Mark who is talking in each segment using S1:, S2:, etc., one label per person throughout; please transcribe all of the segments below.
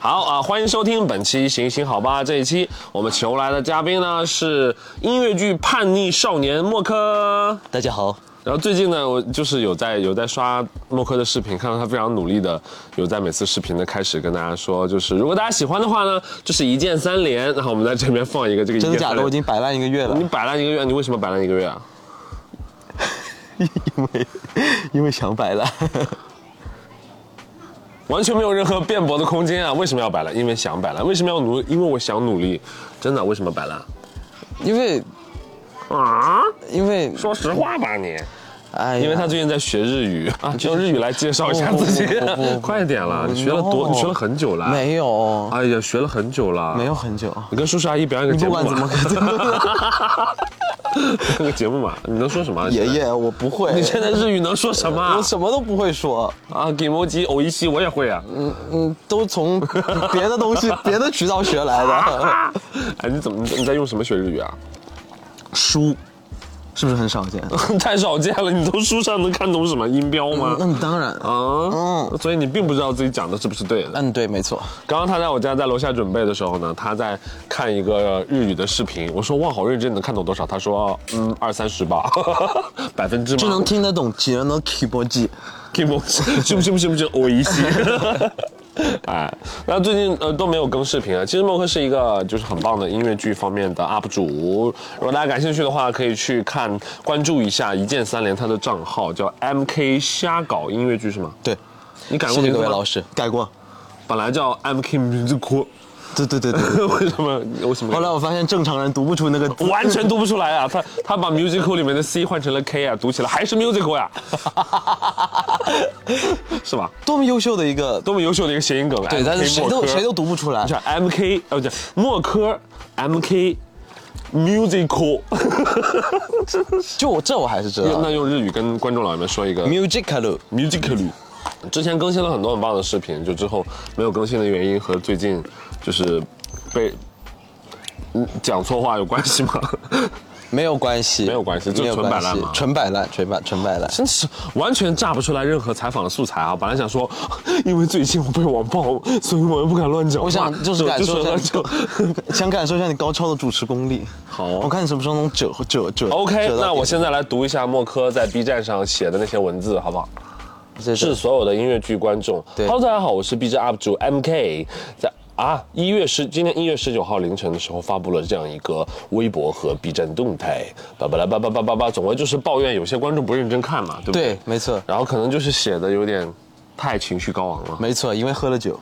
S1: 好啊，欢迎收听本期《行行好吧》。这一期我们求来的嘉宾呢是音乐剧《叛逆少年》默克。
S2: 大家好，
S1: 然后最近呢，我就是有在有在刷默克的视频，看到他非常努力的有在每次视频的开始跟大家说，就是如果大家喜欢的话呢，就是一键三连。然后我们在这边放一个这个一
S2: 真
S1: 键
S2: 的假
S1: 三
S2: 的？
S1: 连
S2: 我已经摆烂一个月了
S1: 你，摆烂一个月，你为什么摆烂一个月啊？
S2: 因为因为想摆烂，
S1: 完全没有任何辩驳的空间啊！为什么要摆烂？因为想摆烂。为什么要努？因为我想努力。真的，为什么摆烂？
S2: 因为
S1: 啊？
S2: 因为
S1: 说实话吧你，
S2: 哎呀，
S1: 因为他最近在学日语 啊，就用日语来介绍一下自 己
S2: 不不不不不，
S1: 快点了，你学了多，
S2: No
S1: 你学了很久了，
S2: 没有
S1: 哎呀，学了很久了，
S2: 没有，很久，
S1: 你跟叔叔阿姨表演个
S2: 你
S1: 节
S2: 不
S1: 目
S2: 管怎么
S1: 嘛，
S2: 跟
S1: 看个节目嘛，你能说什么啊？
S2: 爷
S1: 现在，
S2: 爷，我不 会，
S1: 你现在日语能说什么啊
S2: 我？什么都不会说，
S1: 啊，给摩吉偶一西我也会 啊，
S2: 嗯嗯，都 从别的东西、别的渠道学来的，
S1: 哎，你怎么你在用什么学日语啊？
S2: 书是不是很少见？
S1: 太少见了，你从书上能看懂什么音标吗？
S2: 嗯那你当然，
S1: 啊，所以你并不知道自己讲的是不是对的。
S2: 嗯，对，没错，
S1: 刚刚他在我家在楼下准备的时候呢，他在看一个日语的视频。我说哇，好认真，能看懂多少？他说嗯，二三十吧，百分之吗？
S2: 就能听得懂几人的 keyboard 技
S1: k i m o 是不是不是不是我一系。哎，那最近呃都没有更视频啊。其实默克是一个就是很棒的音乐剧方面的 UP 主，如果大家感兴趣的话，可以去看关注一下一键三连他的账号，叫 MK 瞎搞音乐剧是吗？
S2: 对，
S1: 你改过
S2: 谢谢
S1: 名
S2: 各
S1: 字
S2: 位
S1: 吗？
S2: 老师，改过，
S1: 本来叫 MK 名字哭，
S2: 对对对对。
S1: 为什么为什么改？
S2: 后来我发现正常人读不出那个字，
S1: 完全读不出来啊！他他把 musical 里面的 c 换成了 k 啊，读起来还是 musical 呀、 是吧？
S2: 多么优秀的一个，
S1: 多么优秀的一个谐音梗啊！
S2: 对，但
S1: MK
S2: 是谁都
S1: 默科
S2: 谁都读不出来
S1: 你。看 M K 呃不对，默科 M K musical，
S2: 啊就我这我还是知道
S1: 那用日语跟观众老爷们说一个
S2: ，musical
S1: musical。之前更新了很多很棒的视频，就之后没有更新的原因和最近就是被嗯讲错话有关系吗？
S2: 没有关系，
S1: 没有关系就
S2: 没有
S1: 纯摆
S2: 关
S1: 烂
S2: 系
S1: 嘛，
S2: 纯摆烂，纯摆纯摆烂。
S1: 真是完全炸不出来任何采访的素材啊！本来想说， 因为最近我被网暴， 所以我又不敢乱讲话。
S2: 我想就是感受一下
S1: 乱
S2: 你
S1: 讲。
S2: 想感受一下你高超的主持功力。
S1: 好啊
S2: 我看你什么时候能折折折。
S1: OK，
S2: 折到
S1: 那我
S2: 点
S1: 现在来读一下默科在 B 站上写的那些文字，好不好？
S2: 这
S1: 致
S2: 是
S1: 所有的音乐剧观众。
S2: 对
S1: Hello，大家好，我是 B 站 UP 主 MK，在啊一月十今天一月十九号凌晨的时候发布了这样一个微博和 B 站动态，叭叭啦叭叭叭叭叭，总归就是抱怨有些观众不认真看嘛，对不对？
S2: 对，没错
S1: 然后可能就是写的有点太情绪高昂了。
S2: 没错，因为喝了酒，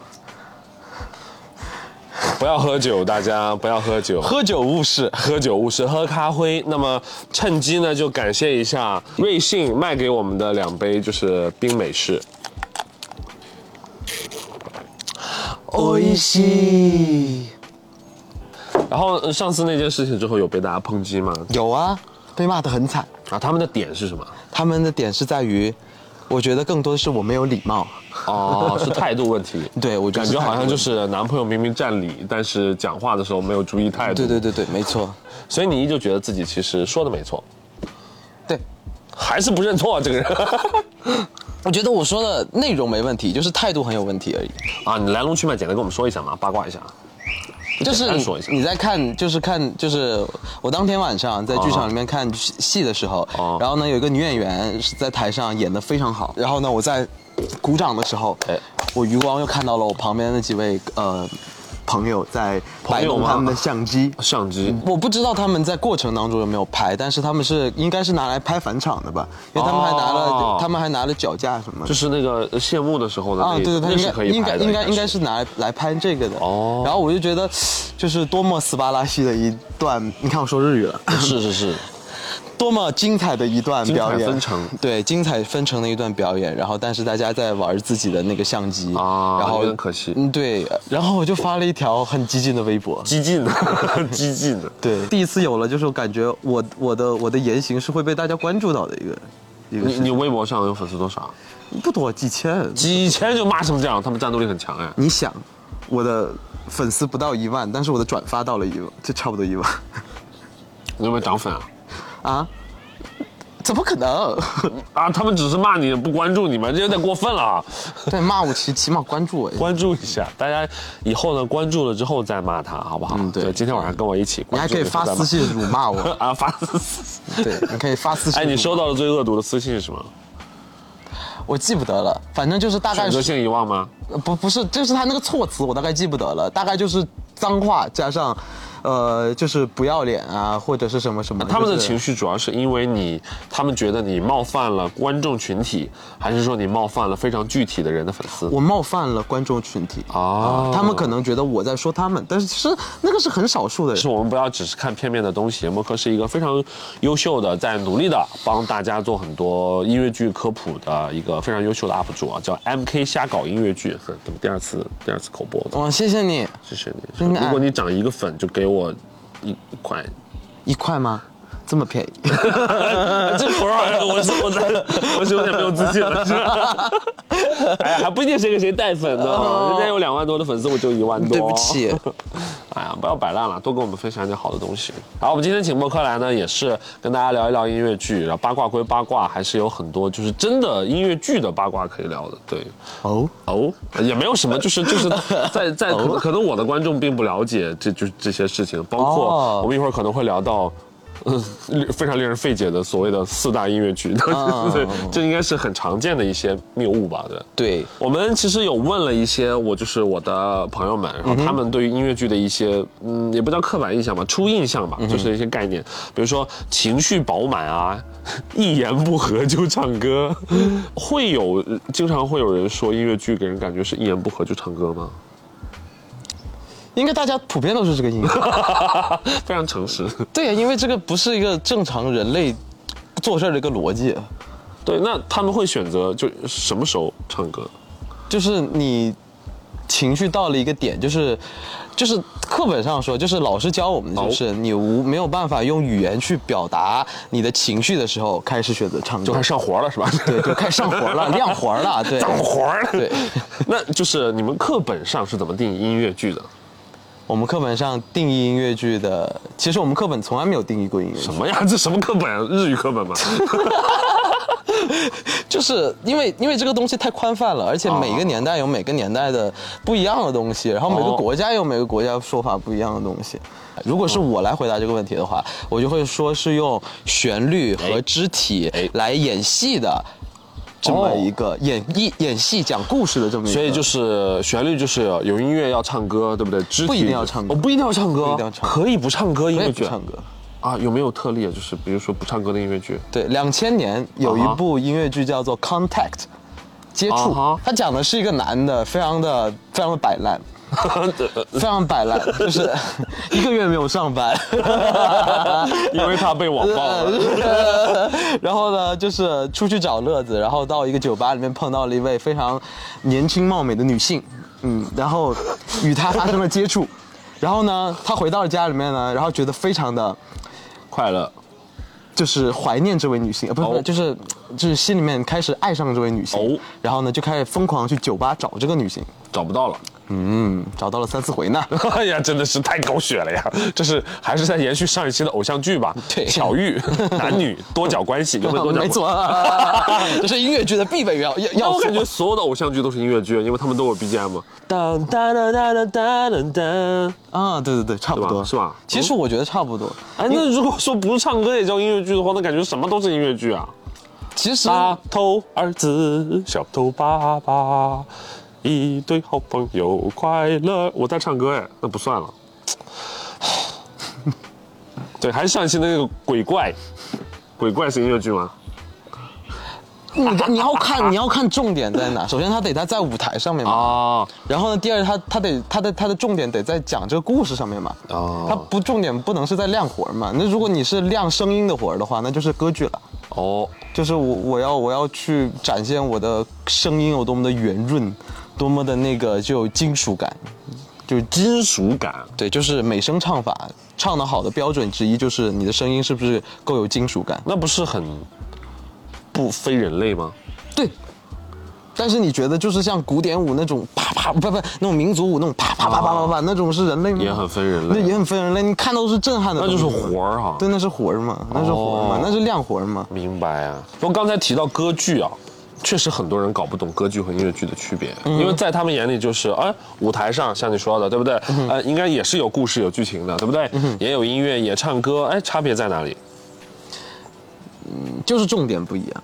S1: 不要喝酒，大家不要喝酒。
S2: 喝酒误事。
S1: 喝酒误事，喝咖啡。那么趁机呢，就感谢一下瑞幸卖给我们的两杯就是冰美式。
S2: おいしい。
S1: 然后呃上次那件事情之后，有被大家抨击吗？
S2: 有啊，被骂得很惨。
S1: 啊，他们的点是什么？
S2: 他们的点是在于，我觉得更多的是我没有礼貌。
S1: 哦，是态度问题。
S2: 对我
S1: 感
S2: 是
S1: 觉好
S2: 太
S1: 像就是男朋友明明占理，但是讲话的时候没有注意态度。
S2: 对对对对，没错。
S1: 所以你依旧觉得自己其实说的没错，
S2: 对，
S1: 还是不认错、啊、这个人。
S2: 我觉得我说的内容没问题，就是态度很有问题而已。
S1: 啊，你来龙去脉简单跟我们说一下嘛，八卦一下。
S2: 就是
S1: 单说一下
S2: 你你在看，就是看，就是我当天晚上在剧场里面看戏戏的时候，
S1: 哦
S2: 然后呢有一个女演员是在台上演的非常好，然后呢我在鼓掌的时候，
S1: 哎
S2: 我余光又看到了我旁边那几位呃朋友在
S1: 朋
S2: 摆
S1: 友
S2: 弄
S1: 吗
S2: 他们的相 机。
S1: 相机，
S2: 我不知道他们在过程当中有没有拍，但是他们是应该是拿来拍返场的吧，因为他们还拿了、
S1: 哦
S2: 他们还拿了脚架什么的
S1: 就。是那个呃谢幕的时候的那
S2: 啊，对对，他
S1: 那是可以
S2: 应
S1: 拍
S2: 该应
S1: 的，
S2: 该应该应该
S1: 是
S2: 是拿来来拍这个的。
S1: 哦
S2: 哦，然后我就觉得，就是多么斯巴拉西的一段，你看我说日语了，
S1: 是是是，
S2: 多么精彩的一段表演，
S1: 精彩纷呈
S2: 对，精彩纷呈的一段表演。然后，但是大家在玩自己的那个相机
S1: 啊
S2: 然后
S1: 有点可惜
S2: 嗯，对，然后我就发了一条很激进的微博。
S1: 激进的， 激进的。
S2: 对，第一次有了，就是我感觉我我的我的言行是会被大家关注到的一个一个
S1: 你
S2: 事
S1: 你微博上有粉丝多少？啊
S2: 不多几千，
S1: 几千就骂成这样，他们战斗力很强哎。
S2: 你想，我的粉丝不到一万，但是我的转发到了一万，就差不多一万
S1: 你有没有涨粉啊？
S2: 啊。怎么可能？
S1: 啊，他们只是骂你不关注你们，这有点过分了啊！
S2: 对，骂我起起码关注我一下。
S1: 关注一下，大家以后呢关注了之后再骂他，好不好？
S2: 嗯对
S1: 就今天晚上跟我一起
S2: 你
S1: 关
S2: 还
S1: 注
S2: 可以
S1: 了之后
S2: 发
S1: 再骂，
S2: 私信辱 骂我，
S1: 啊，发私。
S2: 对，你可以发私信。
S1: 哎，你收？到的最恶毒的私信是什么？
S2: 我记不得了，反正就是大概
S1: 选择
S2: 是
S1: 性遗忘吗？
S2: 呃不不是，就是他那个措辞，我大概记不得了，大概就是脏话加上，呃，就是不要脸啊，或者是什么什么。
S1: 他们的
S2: 就是
S1: 情绪主要是因为你，他们觉得你冒犯了观众群体，还是说你冒犯了非常具体的人的粉丝？
S2: 我冒犯了观众群体
S1: 哦
S2: 啊，他们可能觉得我在说他们，但是其实那个是很少数的
S1: 是
S2: 人。
S1: 我们不要只是看片面的东西，默克是一个非常优秀的，在努力的帮大家做很多音乐剧科普的一个非常优秀的 UP 主啊，叫 MK 瞎搞音乐剧，哼怎么第二次第二次口播的？
S2: 哇，谢谢你，
S1: 谢谢你。
S2: 真的啊
S1: 如果你涨一个粉，就给我一一块。
S2: 一块吗？这么便宜？
S1: 这不是我是我在，我是有点没有自信了，是 吧？哎呀，还不一定谁给谁带粉呢，人家有两万多的粉丝，我就一万多。
S2: 哦对不起，
S1: 哎呀，不要摆烂了，多跟我们分享一点好的东西。好，我们今天请默克来呢，也是跟大家聊一聊音乐剧，然后八卦归八卦，还是有很多就是真的音乐剧的八卦可以聊的。对，
S2: 哦，
S1: 哦，也没有什么，就是就是在在可能可能我的观众并不了解这就是这些事情，包括
S2: 哦
S1: 我们一会儿可能会聊到。嗯，非常令人费解的所谓的四大音乐剧，对， 这应该是很常见的一些谬误吧？对，
S2: 对，
S1: 我们其实有问了一些我就是我的朋友们，然后他们对于音乐剧的一些嗯，也不叫刻板印象吧，初印象吧，就是一些概念，比如说情绪饱满啊， 一言不合就唱歌，会有经常会有人说音乐剧给人感觉是一言不合就唱歌吗？
S2: 应该大家普遍都是这个印象。
S1: 非常诚实。
S2: 对呀，因为这个不是一个正常人类做事儿的一个逻辑，
S1: 对，那他们会选择就什么时候唱歌？
S2: 就是你情绪到了一个点，就是就是课本上说，就是老师教我们的，就是你无没有办法用语言去表达你的情绪的时候，开始选择唱
S1: 就
S2: 歌
S1: 快。上活了是吧？
S2: 对，就开始上活 了，亮活了，对，
S1: 上活了。
S2: 对，
S1: 那就是你们课本上是怎么定义音乐剧的？
S2: 我们课本上定义音乐剧的，其实我们课本从来没有定义过音乐剧
S1: 什，么呀？这什么课本？日语课本吗？
S2: 就是因为因为这个东西太宽泛了，而且每个年代有每个年代的不一样的东西，然后每个
S1: 啊哦
S2: 国家有每个国家说法不一样的东西。如果是
S1: 嗯
S2: 我来回答这个问题的话，我就会说是用旋律和肢体
S1: 哎哦
S2: 来演戏的。这么一个演绎、演戏讲故事的这么一个，
S1: 所以就是旋律就是有音乐要唱歌，对不对？肢体
S2: 不一定要唱歌
S1: 哦，不一定要唱歌，
S2: 不一定要唱歌
S1: 可以不唱歌音
S2: 我
S1: 乐
S2: 也
S1: 剧
S2: 不唱歌。
S1: 啊？有没有特例啊？就是比如说不唱歌的音乐 剧？
S2: 对，两千年有一
S1: 啊哈
S2: 部音乐剧叫做《Contact》，接触
S1: 啊哈
S2: 它讲的是一个男的非常的非常的摆烂，非常摆烂，就是 一个月没有上 班，
S1: 因为他被网暴了。
S2: 然后呢，就是出去找乐子，然后到一个酒吧里面碰到了一位非常年轻貌美的女性，嗯，然后与她发生了接触，然后呢，他回到了家里面呢，然后觉得非常的
S1: 快乐
S2: 就是怀念这位女性，呃，不是不
S1: 哦
S2: 是，就是就是心里面开始爱上了这位女
S1: 哦
S2: 性，然后呢就开始疯狂去酒吧找这个女性，
S1: 找不到了，
S2: 嗯，找到了三四回呢。
S1: 哎 呀，真的是太狗血了呀！这是还是在延续上一期的偶像剧吧？
S2: 对
S1: 巧遇男女多角关系，有没有多角？
S2: 没。错， 这是音乐剧的必备要要
S1: 那
S2: 要
S1: 我
S2: 素
S1: 感。觉所有的偶像剧都是音乐剧，因为他们都有 BGM，嘛
S2: 当当当当当当当啊，对对对，差不
S1: 对吧
S2: 多
S1: 是吧
S2: 其实我觉得差不多。
S1: 哎，那如果说不唱歌也叫音乐剧的话，那感觉什么都是音乐剧 啊。
S2: 其实
S1: 大头儿子，小头爸爸，一对好朋友，快乐。我在唱歌哎，那不 算了。对，还是上一期那个鬼怪，鬼怪是音乐剧吗？
S2: 你你要看你要看重点在哪。首先，他得他在舞台上面嘛。
S1: 啊，
S2: 然后呢，第二，他他得他的他的重点得在讲这个故事上面嘛。
S1: 哦
S2: 他不重点不能是在亮活儿嘛。那如果你是亮声音的活儿的话，那就是歌剧了。
S1: 哦，
S2: 就是我我要我要去展现我的声音有多么的圆润，多么的那个就有金属感，就
S1: 金属感。
S2: 对，就是美声唱法唱得好的标准之一就是你的声音是不是够有金属感。
S1: 那不是很不非人类吗？
S2: 对，但是你觉得就是像古典舞那种啪啪啪不不那种民族舞那种啪啪啪啪啪啪那种是人类吗？
S1: 也很非人类
S2: 那也很非人类。你看到都是震撼的
S1: 那
S2: 东
S1: 就
S2: 西，
S1: 是活儿哈。
S2: 对，那是活儿嘛，那是活儿嘛
S1: 哦，
S2: 那是亮活儿嘛。
S1: 明白啊。不过刚才提到歌剧啊，确实很多人搞不懂歌剧和音乐剧的区别，因为在他们眼里就是，哎，舞台上像你说的，对不对？呃，应该也是有故事、有剧情的，对不对？也有音乐，也唱歌，哎，差别在哪里？
S2: 就是重点不一样，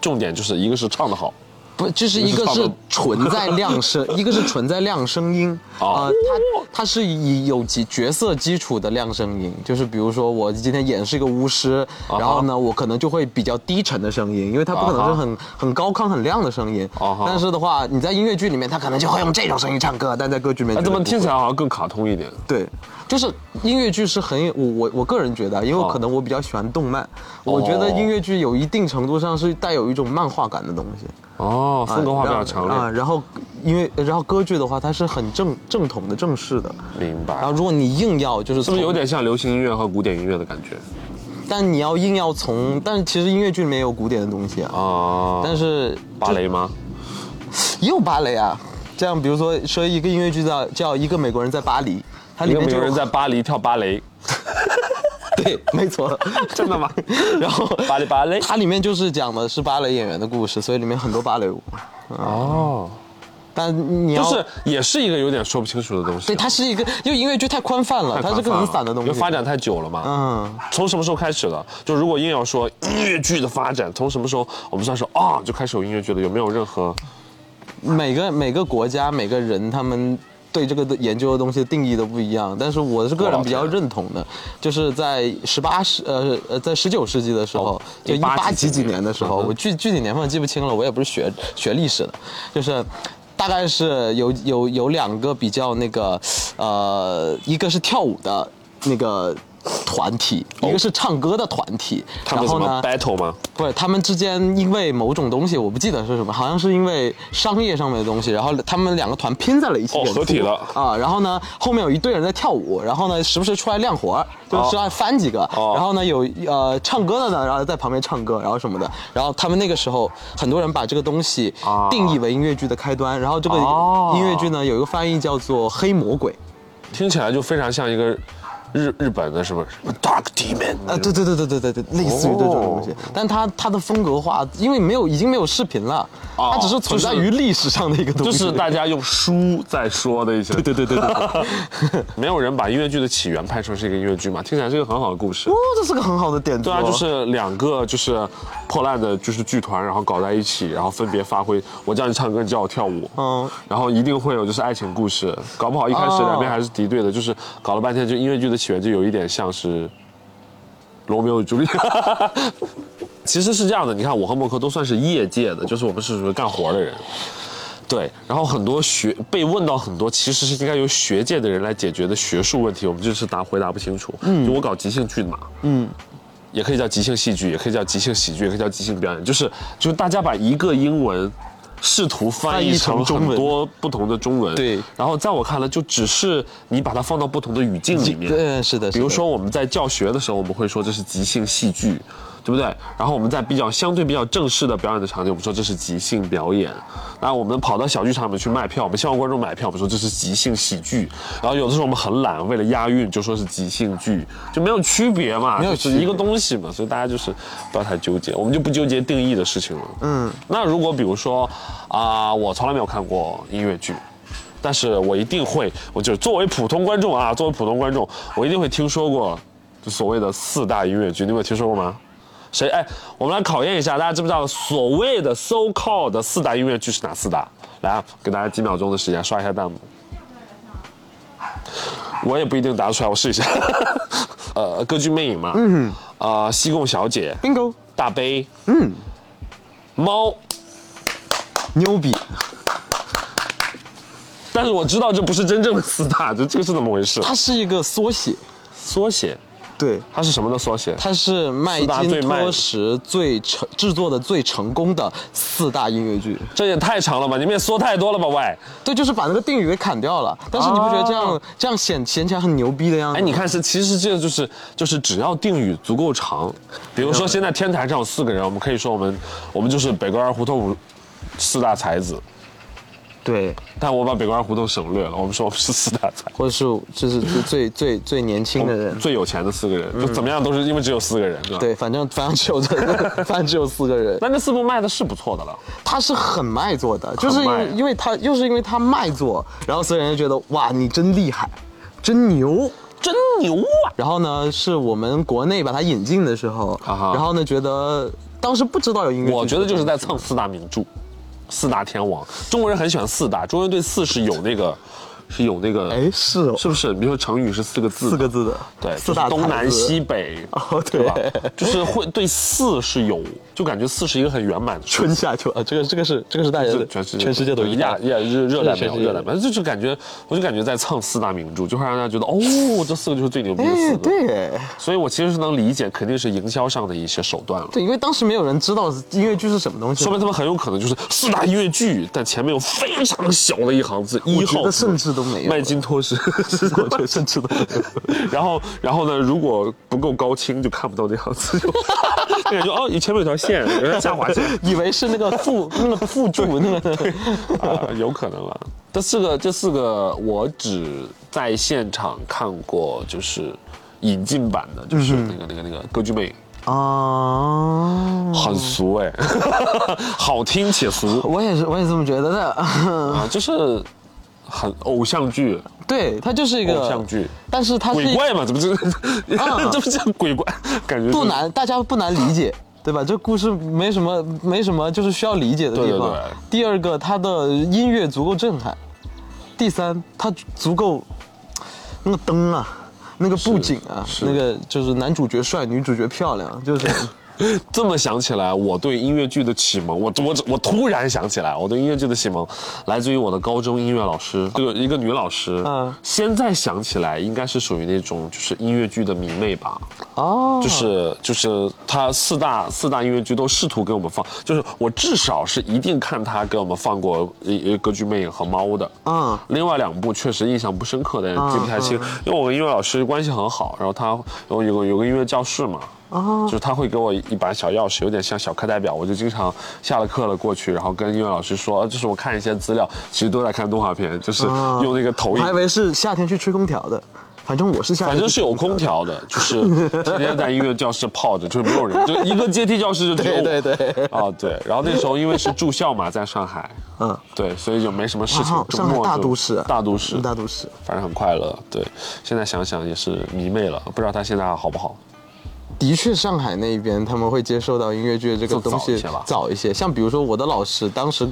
S1: 重点就是一个是唱得好，
S2: 不，就是一个
S1: 就是
S2: 是
S1: 唱的
S2: 纯在 亮声，一个是纯在亮声音啊、
S1: 哦
S2: 它它是以有几角色基础的亮声音，就是比如说我今天演是一个巫师，
S1: 啊哈
S2: 然后呢，我可能就会比较低沉的声音，因为它不可能
S1: 啊
S2: 是
S1: 哈
S2: 很、很高亢很亮的声音
S1: 啊哈
S2: 但是的话，你在音乐剧里面，它可能就会用这种声音唱歌，但在歌剧里面
S1: 哎，
S2: 绝对
S1: 怎么
S2: 不
S1: 听
S2: 会
S1: 起来好像更卡通一点？
S2: 对，就是音乐剧是很有我我我个人觉得啊，因为
S1: 哦
S2: 可能我比较喜欢动漫，我觉得音乐剧有一定程度上是带有一种漫画感的东西，
S1: 哦，
S2: 啊
S1: 风格化比
S2: 然
S1: 较强
S2: 后啊。
S1: 烈，
S2: 然后因为然后歌剧的话，它是很正正统的正式的，
S1: 明白
S2: 然后。如果你硬要就是
S1: 是不
S2: 从
S1: 是有，点像流行音乐和古典音乐的感觉
S2: 但你要硬要从，但其实音乐剧里面也有古典的东西啊，
S1: 啊？
S2: 但是
S1: 芭蕾吗？
S2: 也有芭蕾啊，这样比如说说一个音乐剧叫叫一个美国人在巴黎，它里
S1: 有
S2: 面
S1: 没
S2: 就
S1: 有
S2: 有
S1: 人在巴黎跳芭蕾？
S2: 对，没错。
S1: 真 的吗？
S2: 然后
S1: 芭蕾芭蕾
S2: 它里面就是讲的是芭蕾演员的故事，所以里面很多芭蕾舞。
S1: 哦，
S2: 但你要
S1: 就是也是一个有点说不清楚的东西。啊
S2: 对它是一个，因为音乐剧太宽泛了，它是个很散的东
S1: 因为
S2: 西。
S1: 发展太久了嘛。
S2: 嗯，
S1: 从什么时候开始的？就如果硬要说音乐剧的发展，从什么时候我们算是啊就开始有音乐剧了？有没有任何
S2: 每个每个国家每个人他们。对这个的研究的东西定义都不一样，但是我是个人比较认同的，就是在十八世呃呃，在十九世纪的时候，
S1: 哦
S2: 就一
S1: 18
S2: 八
S1: 几
S2: 几几
S1: 几
S2: 年的时候，
S1: 嗯哼
S2: 我具具体年份记不清了，我也不是学学历史的，就是大概是有有有两个比较那个呃，一个是跳舞的那个团体，一个是唱歌的团体，
S1: 他们
S2: 然
S1: 什
S2: 后
S1: 么
S2: 呢，
S1: battle 吗？
S2: 不是，他们之间因为某种东西，我不记得是什么，好像是因为商业上面的东西，然后他们两个团拼在了一起
S1: 哦
S2: 演出
S1: 合体了
S2: 啊。然后呢，后面有一队人在跳舞，然后呢，时不时出来亮活儿，就是
S1: 哦
S2: 出来翻几个。
S1: 哦
S2: 然后呢，有呃唱歌的呢，然后在旁边唱歌，然后什么的。然后他们那个时候，很多人把这个东西
S1: 啊
S2: 定义为音乐剧的开端。然后这个
S1: 哦
S2: 音乐剧呢，有一个翻译叫做《黑魔鬼》。
S1: 听起来就非常像一个日日本的，是不是什么？Dark Demon
S2: 啊，对对对对对对对，类似于这种东西，
S1: 哦
S2: 但它它的风格化，因为没有已经没有视频了，
S1: 哦
S2: 它只是存在
S1: 就是
S2: 于历史上的一个东
S1: 就
S2: 西。
S1: 是大家用书在说的一 些。对对对对对， 没有人把音乐剧的起源拍成是一个音乐剧嘛？听起来是一个很好的故事
S2: 哦。，这是个很好的点子。哦
S1: 对啊，就是两个就是破烂的，就是剧团，然后搞在一起，然后分别发挥。我叫你唱歌，你叫我跳舞，
S2: 嗯
S1: 嗯，然后一定会有就是爱情故事，搞不好一开始
S2: 哦
S1: 两边还是敌对的，就是搞了半天，就音乐剧的起源就有一点像是罗密欧与朱丽叶。 其实是这样的，你看我和默克都算是业界的，就是我们是属于干活的人。对，然后很多学被问到很多，其实是应该由学界的人来解决的学术问题，我们就是答回答不清楚。嗯，就我搞即兴剧的嘛，嗯，也可以叫即兴戏剧，也可以叫即兴喜剧，也可以叫即兴表演，就是就是大家把一个英文试图翻译成
S2: 翻译成中
S1: 很
S2: 文
S1: 多不同的中文。
S2: 对
S1: 然后在我看来，就只是你把它放到不同的语境里面。
S2: 对，是的。是的
S1: 比如，说我们在教学的时候，我们会说这是即兴戏剧，对不对？然后我们在比较相对比较正式的表演的场景，我们说这是即兴表演。那我们跑到小剧场里面去卖票，我们希望观众买票，我们说这是即兴喜剧。然后有的时候我们很懒，为了押韵就说是即兴剧，就没有区别嘛，
S2: 没有
S1: 啊就是
S2: 区别
S1: 一个东西嘛，所以大家就是不要太纠结，我们就不纠结定义的事情了。嗯，那如果比如说啊、我从来没有看过音乐剧。但是我一定会，我就是作为普通观众啊，作为普通观众，我一定会听说过，就所谓的四大音乐剧，你们有听说过吗？谁？哎，我们来考验一下，大家知不知道所谓的 so called 的四大音乐剧是哪四大？来啊，给大家几秒钟的时间刷一下弹幕。我也不一定答得出来，我试一下。 呃，歌剧魅影嘛，嗯，啊、西贡小姐，
S2: bingo，
S1: 大悲，嗯，猫，
S2: 牛逼，
S1: 但是我知道这不是真正的四大， 这这个是怎么回事？
S2: 它是一个缩写，
S1: 缩写，
S2: 对，
S1: 它是什么的缩写？
S2: 它是麦
S1: 四大最
S2: 金
S1: 卖
S2: 托什最成制作的最成功的四大音乐剧。
S1: 这也太长了吧，你们也缩太多了吧，喂！
S2: 对，就是把那个定语给砍掉了，但是你不觉得这样、这样显显起来很牛逼的样
S1: 哦
S2: 子
S1: 哎，
S2: 吗？
S1: 你看是，其实这就是就是只要定语足够长，比如说现在天台上有四个人，我们可以说我们我们就是北沟园胡同五四大才子，
S2: 对，
S1: 但我把北关胡同省略了，我们说我们是四大才。
S2: 或者是就是最最最最年轻的人，
S1: 最有钱的四个人，就怎么样都是因为只有四个人，嗯对吧？。
S2: 对，反正反正只有这，反正只有四个人，
S1: 那这四部卖的是不错的了，
S2: 他是很卖啊座的，就是因
S1: 卖
S2: 为因为他又是因为他卖座，然后所有人就觉得哇，你真厉害，真牛。
S1: 真牛啊！
S2: 然后呢，是我们国内把他引进的时候，
S1: 啊哈
S2: 然后呢，觉得当时不知道有音乐剧，
S1: 我觉得就是在蹭四大名著，四大天王。中国人很喜欢四大，中国人对四是有那个，是有那个，
S2: 哎是哦
S1: 是不是？比如说成语是四个字，
S2: 四个字的，
S1: 对，
S2: 四大
S1: 就是东
S2: 才
S1: 南
S2: 子
S1: 西 北，
S2: 哦
S1: 对吧
S2: 对？
S1: 就是会对四是有，就感觉四是一个很圆满的数字
S2: 春夏秋啊，这个这个是这个是大家
S1: 这
S2: 的
S1: 全世界
S2: 全世界都一样
S1: 亚，亚热热带
S2: 是
S1: 没有
S2: 全世界
S1: 热带没有，就是感觉我就感觉在蹭四大名著，就会让大家觉得哦，这四个就是最牛逼的四
S2: 哎
S1: 个。
S2: 对
S1: 所以我其实是能理解，肯定是营销上的一些手段了。
S2: 对，因为当时没有人知道音乐剧是什么东西
S1: 说，明他们很有可能就是四大音乐剧，但前面有非常小的一行字，一
S2: 觉
S1: 号
S2: 得
S1: 字
S2: 甚至都没有
S1: 麦金托是，
S2: 我觉得甚至都没有
S1: 然后然后呢，如果不够高清就看不到那行字，就就感觉哦，以前面有条线，有条下划线，
S2: 以为是那个附那个附注那个，
S1: 啊，有可能了。这四个，这四个，我只在现场看过，就是引进版的，就是
S2: 嗯
S1: 那个、那个那个歌剧魅影，
S2: 啊，
S1: 很俗哎、 好听且俗
S2: 我也是我也这么觉得的，
S1: 啊，就是很偶像剧，
S2: 对，它就是一个
S1: 偶像剧，
S2: 但是它是
S1: 鬼怪嘛，怎么这、
S2: 啊
S1: 这不叫鬼怪？感觉就是
S2: 不难，大家不难理解。对吧？这故事没什么，没什么，就是需要理解的地方。
S1: 对对对
S2: 第二个，它的音乐足够震撼；第三，它足够那个灯啊，那个布景啊，
S1: 是
S2: 那个就是男主角帅，女主角漂亮，就是
S1: 这么想起来，我对音乐剧的启蒙，我我我突然想起来，我对音乐剧的启蒙来自于我的高中音乐老师，这个一个女老师。
S2: 嗯
S1: 现在想起来，应该是属于那种就是音乐剧的迷妹吧，
S2: 哦，
S1: 就是就是她四大四大音乐剧都试图给我们放，就是我至少是一定看她给我们放过呃呃歌剧魅影和猫的。
S2: 嗯
S1: 另外两部确实印象不深刻，但是记不太清，因为我跟音乐老师关系很好，然后他有有个有个音乐教室嘛，
S2: 嗯
S1: 就是他会给我一把小钥匙，有点像小课代表，我就经常下了课了过去，然后跟音乐老师说，啊就是我看一些资料，其实都在看动画片，就是
S2: 啊
S1: 用那个投
S2: 我
S1: 影
S2: 还以为是夏天去吹空调的，反正我是夏天，
S1: 反正是有空调的，就是天天在音乐教室泡着，就是没有人，就一个阶梯教室就只有我。
S2: 对 对对
S1: 啊对，然后那时候因为是住校嘛，在上海，
S2: 嗯，
S1: 对，所以就没什么事情
S2: 哇。
S1: 周
S2: 啊上海
S1: 末
S2: 大
S1: 就
S2: 都市
S1: 大都市，
S2: 嗯大都市
S1: 反正很快乐。对，现在想想也是迷妹了，不知道她现在好不好。
S2: 的确，上海那边他们会接受到音乐剧这个
S1: 更早
S2: 东西
S1: 一些吧
S2: 早一些。像比如说我的老师，当时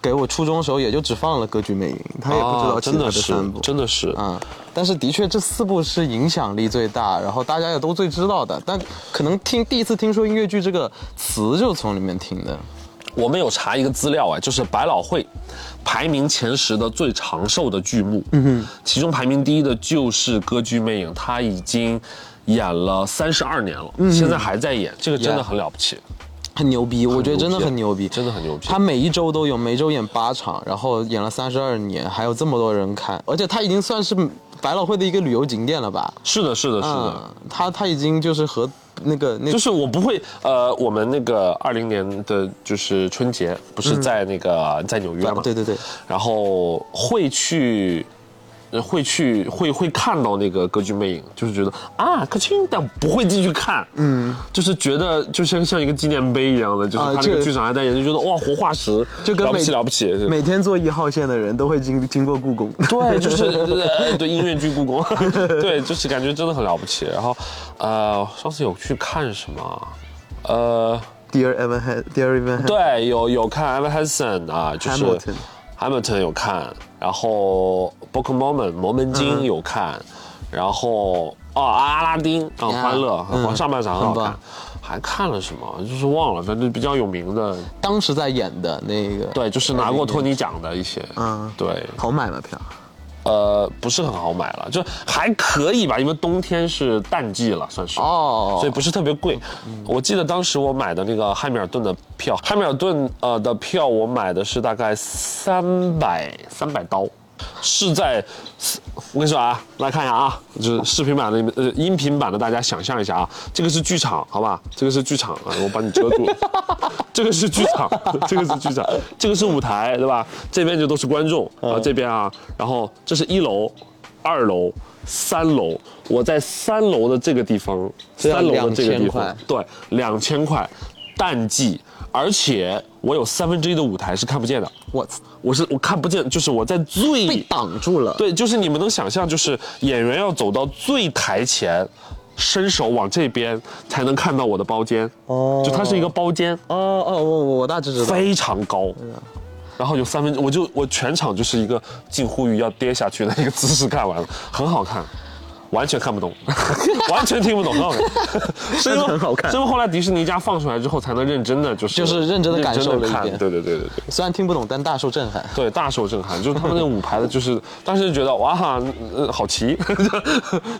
S2: 给我初中的时候也就只放了《歌剧魅影》，他也不知
S1: 啊
S2: 道其
S1: 真
S2: 他
S1: 的是
S2: 三部。，
S1: 真的是，
S2: 啊、但是的确这四部是影响力最大，然后大家也都最知道的。但可能听第一次听说音乐剧这个词就从里面听的。
S1: 我们有查一个资料哎，就是百老汇排名前十的最长寿的剧目，嗯哼，其中排名第一的就是《歌剧魅影》，它已经演了三十二年了，现在还在演，这个真的
S2: Yeah
S1: 很了不起。
S2: 很牛逼，我觉得真的
S1: 牛逼啊
S2: 很牛逼，
S1: 真的很牛逼
S2: 他每一周都有，每周演八场，然后演了三十二年，还有这么多人看，而且他已经算是百老汇的一个旅游景点了吧？
S1: 是的，是的，是的。
S2: 嗯，他他已经就是和那个那
S1: 就是我不会，呃，我们那个二零年的，就是春节，不是在那个、在纽约嘛？
S2: 对对对。
S1: 然后会去，呃会去，会会看到那个歌剧魅影，就是觉得啊，可亲，但不会进去看，嗯，就是觉得就像像一个纪念碑一样的，就是
S2: 啊
S1: 他那
S2: 这
S1: 个剧场还在演，就觉得哇，活化石，
S2: 就跟
S1: 了不
S2: 每
S1: 起了不起，是
S2: 每天坐一号线的人都会经经过故宫，
S1: 对，就是呃对音乐剧故宫， 对，就是感觉真的很了不起。然后，呃，上次有去看什么？呃。
S2: Dear Evan h a Dear Evan，Hansen
S1: 对，有有看 Evan Hansen 啊，就是
S2: Hamilton
S1: Hamilton 有看，然后 Book Mormon 摩门
S2: 嗯
S1: 经有看，然后哦阿拉丁啊
S2: Yeah，
S1: 欢乐
S2: 嗯
S1: 啊上半场很好看
S2: 很棒，
S1: 还看了什么就是忘了，反正比较有名的，
S2: 当时在演的那个，，
S1: 对，就是拿过托尼奖的一些，
S2: 嗯
S1: 对，
S2: 好买吗票？
S1: 呃，不是很好买了，就还可以吧，因为冬天是淡季了，算是
S2: 哦
S1: 所以不是特别贵。我记得当时我买的那个汉密尔顿的票，汉密尔顿呃的票，我买的是大概三百三百刀，是在四我跟你说啊，来看一下啊，就是视频版的，呃，音频版的，大家想象一下啊，这个是剧场，好吧？这个是剧场啊，我把你遮住了。这个是剧场，这个是剧场，这个是舞台，对吧？这边就都是观众啊，这边啊，然后这是一楼、二楼、三楼，我在三楼的这个地方，
S2: 这要
S1: 三楼的这个地
S2: 2000
S1: 方
S2: 块，
S1: 对，两千块，淡季，而且我有三分之一的舞台是看不见的，
S2: 我
S1: 我是我看不见，就是我在最
S2: 被挡住了。
S1: 对，就是你们能想象，就是演员要走到最台前，伸手往这边才能看到我的包间。
S2: 哦
S1: 就它是一个包间，
S2: 哦哦，我我我大致知道。
S1: 非常高。然后有三分，我就我全场就是一个近乎于要跌下去的一个姿势看完了，很好看，完全看不 懂，完全听不懂，很好看，是因为
S2: 真的很好看
S1: 是因为后来迪士尼家放出来之后，才能认真的就是
S2: 就是认真地感受了一
S1: 看
S2: 遍
S1: 对对对对对。
S2: 虽然听不懂，但大受震撼。
S1: 对，大受震撼，就是他们那五排的，就是当时觉得哇，哈，呃，好齐，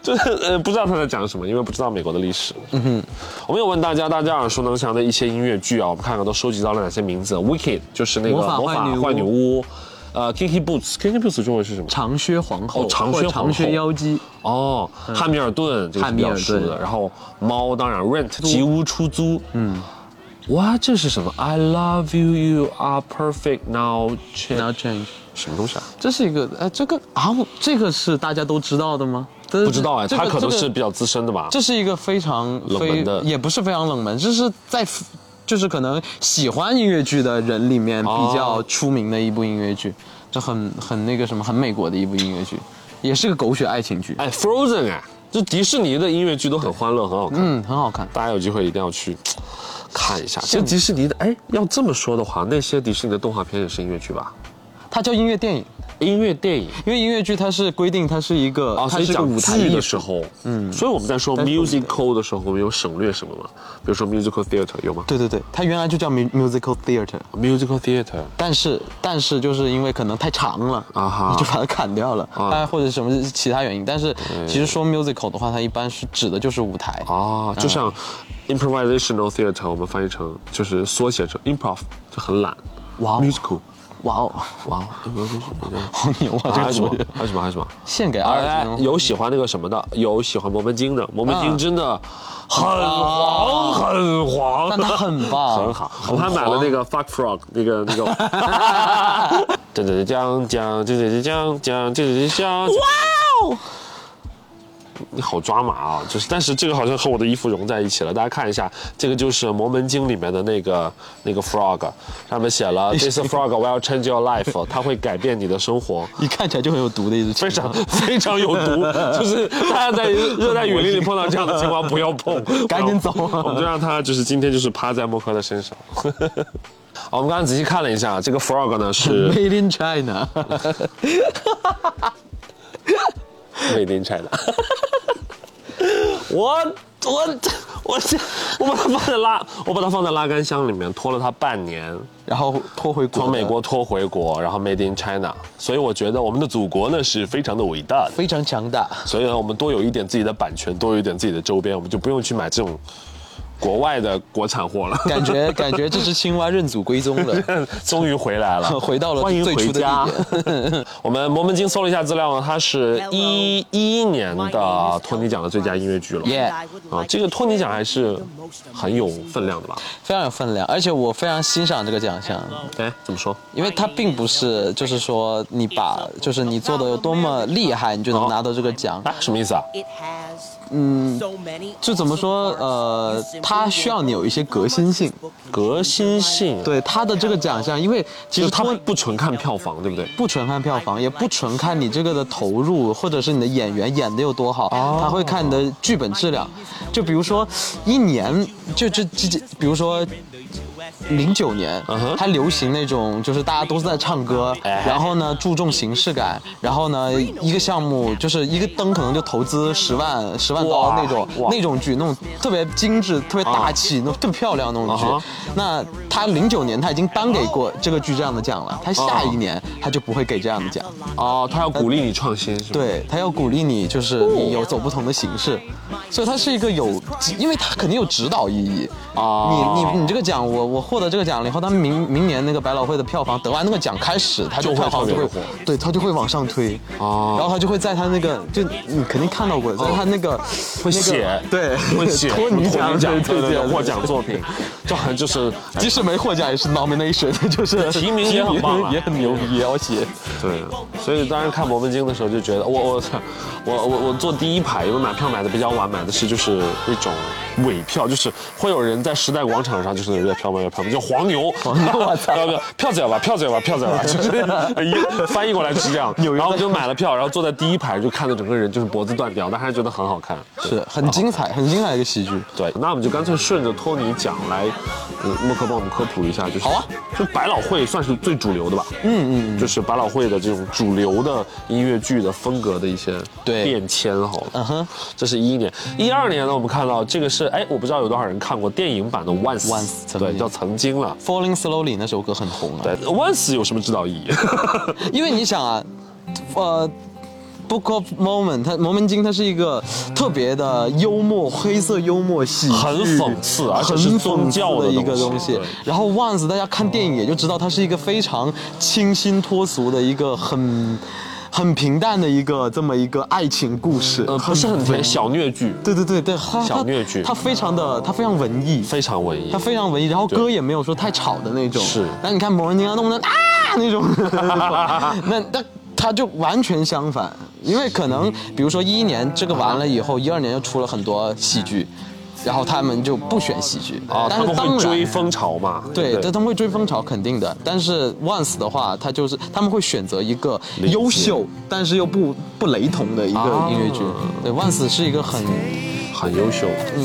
S1: 就是呃，不知道他在讲什么，因为不知道美国的历史。嗯哼，我们有问大家，大家耳熟能详的一些音乐剧啊，我们看看都收集到了哪些名字？Wicked 就是那个
S2: 魔法坏女巫嗯
S1: 坏女巫，呃，Kinky Boots，Kinky Boots 中文是什么？
S2: 长靴皇后，
S1: 哦长靴
S2: 或者
S1: 皇后
S2: 长靴妖姬，
S1: 哦，汉密尔顿这个是比较熟
S2: 汉
S1: 的，
S2: 密尔顿
S1: 然后猫当然 Rent 吉屋出租，嗯。哇，这是什么？I love you, you are perfect now.
S2: Now
S1: Check
S2: change，
S1: 什么东西啊？
S2: 这是一个，呃，这个啊，我这个是大家都知道的吗？不
S1: 不知道哎，他可能
S2: 这
S1: 是
S2: 个
S1: 比较资深的吧。
S2: 这是一个非常
S1: 冷门
S2: 非
S1: 的
S2: 也不是非常冷门，这是在 f- 就是可能喜欢音乐剧的人里面
S1: 哦
S2: 比较出名的一部音乐剧，这很很那个什么，很美国的一部音乐剧，也是个狗血爱情剧，
S1: 哎，Frozen 哎，这迪士尼的音乐剧都很欢乐，很好看，
S2: 嗯，很好看。
S1: 大家有机会一定要去看一下。其实迪士尼的，哎，要这么说的话，那些迪士尼的动画片也是音乐剧吧？
S2: 它叫音乐电影，
S1: 音乐电影
S2: 因为音乐剧它是规定它是一个，
S1: 啊，
S2: 它
S1: 所以
S2: 是一个
S1: 讲
S2: 舞台
S1: 剧
S2: 艺
S1: 的
S2: 术。
S1: 时候，嗯，所以我们在说 musical 的时候，我们有省略什么吗？比如说 musical theater 有吗
S2: 对对对，它原来就叫 mu- musical theater，
S1: ？musical theater
S2: 但是但是就是因为可能太长了
S1: 啊哈
S2: 你就把它砍掉了，
S1: 啊
S2: 哎、或者什么其他原因。但是其实说 musical 的话，它一般是指的就是舞台。
S1: 啊，就像 improvisational theater，我们翻译成就是缩写成 improv，就很懒。
S2: 哇哦
S1: musical，
S2: 哇哦，
S1: 哇哦，
S2: 好牛啊！这
S1: 还有
S2: 个
S1: 什么
S2: 主意？
S1: 还有什么？还有什么？
S2: 献给阿尔
S1: 哎
S2: 金哦，
S1: 有喜欢那个什么的，有喜欢摩门经的，摩门经真的很黄，很黄，
S2: 但它很棒
S1: 很好。我
S2: 很
S1: 们还买了
S2: 黄
S1: 那个 Fuck Frog，那个 哦那个，这这将将这这将将这这将，哇哦！你好抓马啊，就是，但是这个好像和我的衣服融在一起了。大家看一下，这个就是《摩门经》里面的那个那个 frog，上面写 了 This frog will change your life，它会改变你的生活。
S2: 一看起来就很有毒的一只
S1: 非
S2: 青蛙，
S1: 常非常有 毒，就是大家在热带雨林里碰到这样的情况，不要 碰，
S2: 赶紧走
S1: 我们就让它就是今天就是趴在默克的身上。好，我们刚刚仔细看了一下，这个 frog 呢是
S2: Made in China，
S1: made in China。我我我我把它放在拉，我把它放在拉杆箱里面，拖了它半年，
S2: 然后拖回国，
S1: 从美国拖回国，然后 made in China。所以我觉得我们的祖国呢是非常的伟大的。
S2: 非常强大。
S1: 所以呢，我们多有一点自己的版权，多有一点自己的周边，我们就不用去买这种国外的国产货了。
S2: 感觉感觉这只青蛙认祖归宗了。
S1: 终于 回来了，
S2: 回到了
S1: 欢迎
S2: 最
S1: 回
S2: 初的
S1: 家
S2: 地。
S1: 我们《摩门经》搜了一下资料呢，它是
S3: Hello，
S1: 一一年的托尼奖的最佳音乐剧了。
S2: Yeah
S1: 啊，这个托尼奖还是很有分量的吧？
S2: 非常有分量，而且我非常欣赏这个奖项，
S1: 哎，怎么说？
S2: 因为它并不是就是说你把就是你做的有多么厉害，你就
S1: 哦
S2: 能拿到这个奖。
S1: 啊，什么意思啊？
S3: 嗯，
S2: 就
S3: 就
S2: 怎
S3: 怎
S2: 么
S3: 么
S2: 说呃
S3: 说？呃，
S2: 它
S3: 它
S2: 需
S3: 需
S2: 要
S3: 要
S2: 你
S3: 你
S2: 有
S3: 有
S2: 一
S3: 一
S2: 些
S3: 些
S2: 革
S3: 革
S2: 新
S3: 新
S2: 性
S3: 性。
S1: 革新性，，
S2: 对它的这个奖项，因为
S1: 就
S2: 其实
S1: 是它
S2: 托
S1: 不纯看票房，对不对？
S2: 不纯看票房，也不纯看你这个的投入，或者是你的演员演的有多好，他会看你的剧本质量。就比如说一年，就这这这，比如说零九年
S1: 嗯哼，
S2: 它流行那种就是大家都在唱歌，
S1: 哎
S2: 然后呢注重形式感，然后呢一个项目就是一个灯可能就投资十万十万刀
S1: 哇
S2: 那种
S1: 哇嗯
S2: 那种剧，那种特别精致、特别大气、那种特别漂亮那种剧
S1: 啊哈。
S2: 那他零九年他已经颁给过这个剧这样的奖了，他下一年
S1: 嗯
S2: 他就不会给这样的奖。
S1: 哦，它要鼓励你创新，是吧？
S2: 对他要鼓励你，就是你有走不同的形式，所以它是一个有，因为它肯定有指导意义
S1: 哦
S2: 你你你这个奖，我我我获得这个奖了以后，他们明明年那个百老汇的票房得完那个奖开始，他就
S1: 就会
S2: 票房就会
S1: 特别火，
S2: 对他就会往上推，
S1: 哦
S2: 然后他就会在他那个就你肯定看到过，在他那个
S1: 会写，
S2: 对
S1: 会写
S2: 托尼奖
S1: 奖，对
S2: 对对
S1: 对
S2: 对
S1: 对，获奖作品，这好像就是 哎
S2: 即使没获奖也是 nomination，就是
S1: 提名也很棒啊
S2: 也很牛逼，也要写。
S1: 对，所以当时看《摩门经》的时候就觉得，我我我我我坐第一排，因为买票买的比较晚，买的是就是那种尾票，就是会有人在时代广场上就是有月票卖月票，就黄牛，黄
S2: 牛我 操
S1: 票子也吧，票子也吧，票子也 吧，就是呃一翻译过来是这样，
S2: 纽约
S1: 然后我就买了票，然后坐在第一排就看到整个人就是脖子断掉，但还是觉得很好看，对
S2: 是很精彩，很精彩的一个喜剧。
S1: 对，那我们就干脆顺着托尼讲来，嗯，默克帮我们科普一下，就是
S2: 好啊，
S1: 就百老汇算是最主流的吧，嗯嗯，就是百老汇的这种主流的音乐剧的风格的一些
S2: 对
S1: 变迁，好了，
S2: 嗯哼，
S1: 这是一一年，一二年呢，我们看到这个是，哎，我不知道有多少人看过电影版的 Once，,
S2: Once，曾
S1: 对，
S2: 经
S1: 叫曾经了，
S2: Falling Slowly 那首歌很红啊。
S1: 对，Once 有什么指导意 义？
S2: 因为你想啊，呃。Book of Mormon，它《摩门经》，它是一个特别的幽默、黑色幽默喜剧，
S1: 很讽刺而且是
S2: 很讽
S1: 宗
S2: 刺
S1: 教
S2: 的
S1: 的
S2: 一个东
S1: 东西
S2: 西
S1: 对。
S2: 然后 Once，大家看电影也就知道，它是一个非常清新脱俗的一个很很平淡的一个这么一个爱情故事，
S1: 呃，不是很甜，小虐剧，
S2: 对对对对，它
S1: 小虐剧
S2: 它它非常的，它非常文艺，
S1: 非常文艺
S2: 它，非常文艺，然后
S1: 对
S2: 歌也没有说太吵的那种。
S1: 是
S2: 但你看摩人尼啊，动不动啊那 种，那那他就完全相反，因为可能比如说一一年这个完了以后，一二年又出了很多喜剧，然后他们就不选喜剧，
S1: 啊，
S2: 但
S1: 他
S2: 是
S1: 们
S2: 当
S1: 会
S2: 然
S1: 追风潮嘛，
S2: 对，
S1: 不
S2: 但他们会追风潮，肯定的。但是 Once 的话，他就是他们会选择一个
S1: 理解
S2: 优秀，但是又不不雷同的一个
S1: 啊
S2: 音乐剧。对，Once 是一个很，
S1: 很优秀，
S2: 嗯，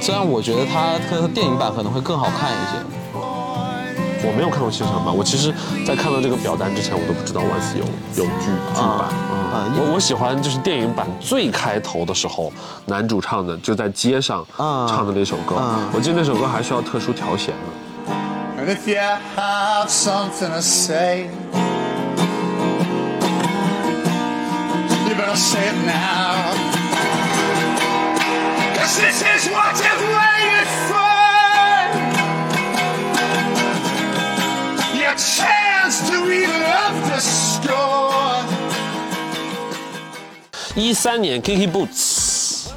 S2: 虽然我觉得它它电影版可能会更好看一些。
S1: 我没有看过现场版，我其实，在看到这个表单之前，我都不知道 Once 有有剧剧版。
S2: 啊
S1: 嗯，我我喜欢就是电影版最开头的时候，男主唱的就在街上
S2: 啊
S1: 唱的那首歌
S2: 啊，
S1: 我记得那首歌还需要特殊调弦呢。
S4: And if you have something to say, you better say it now. Cause this is what you've waited for. Your chance to read up the score.
S1: 一三年 Kiki Boots，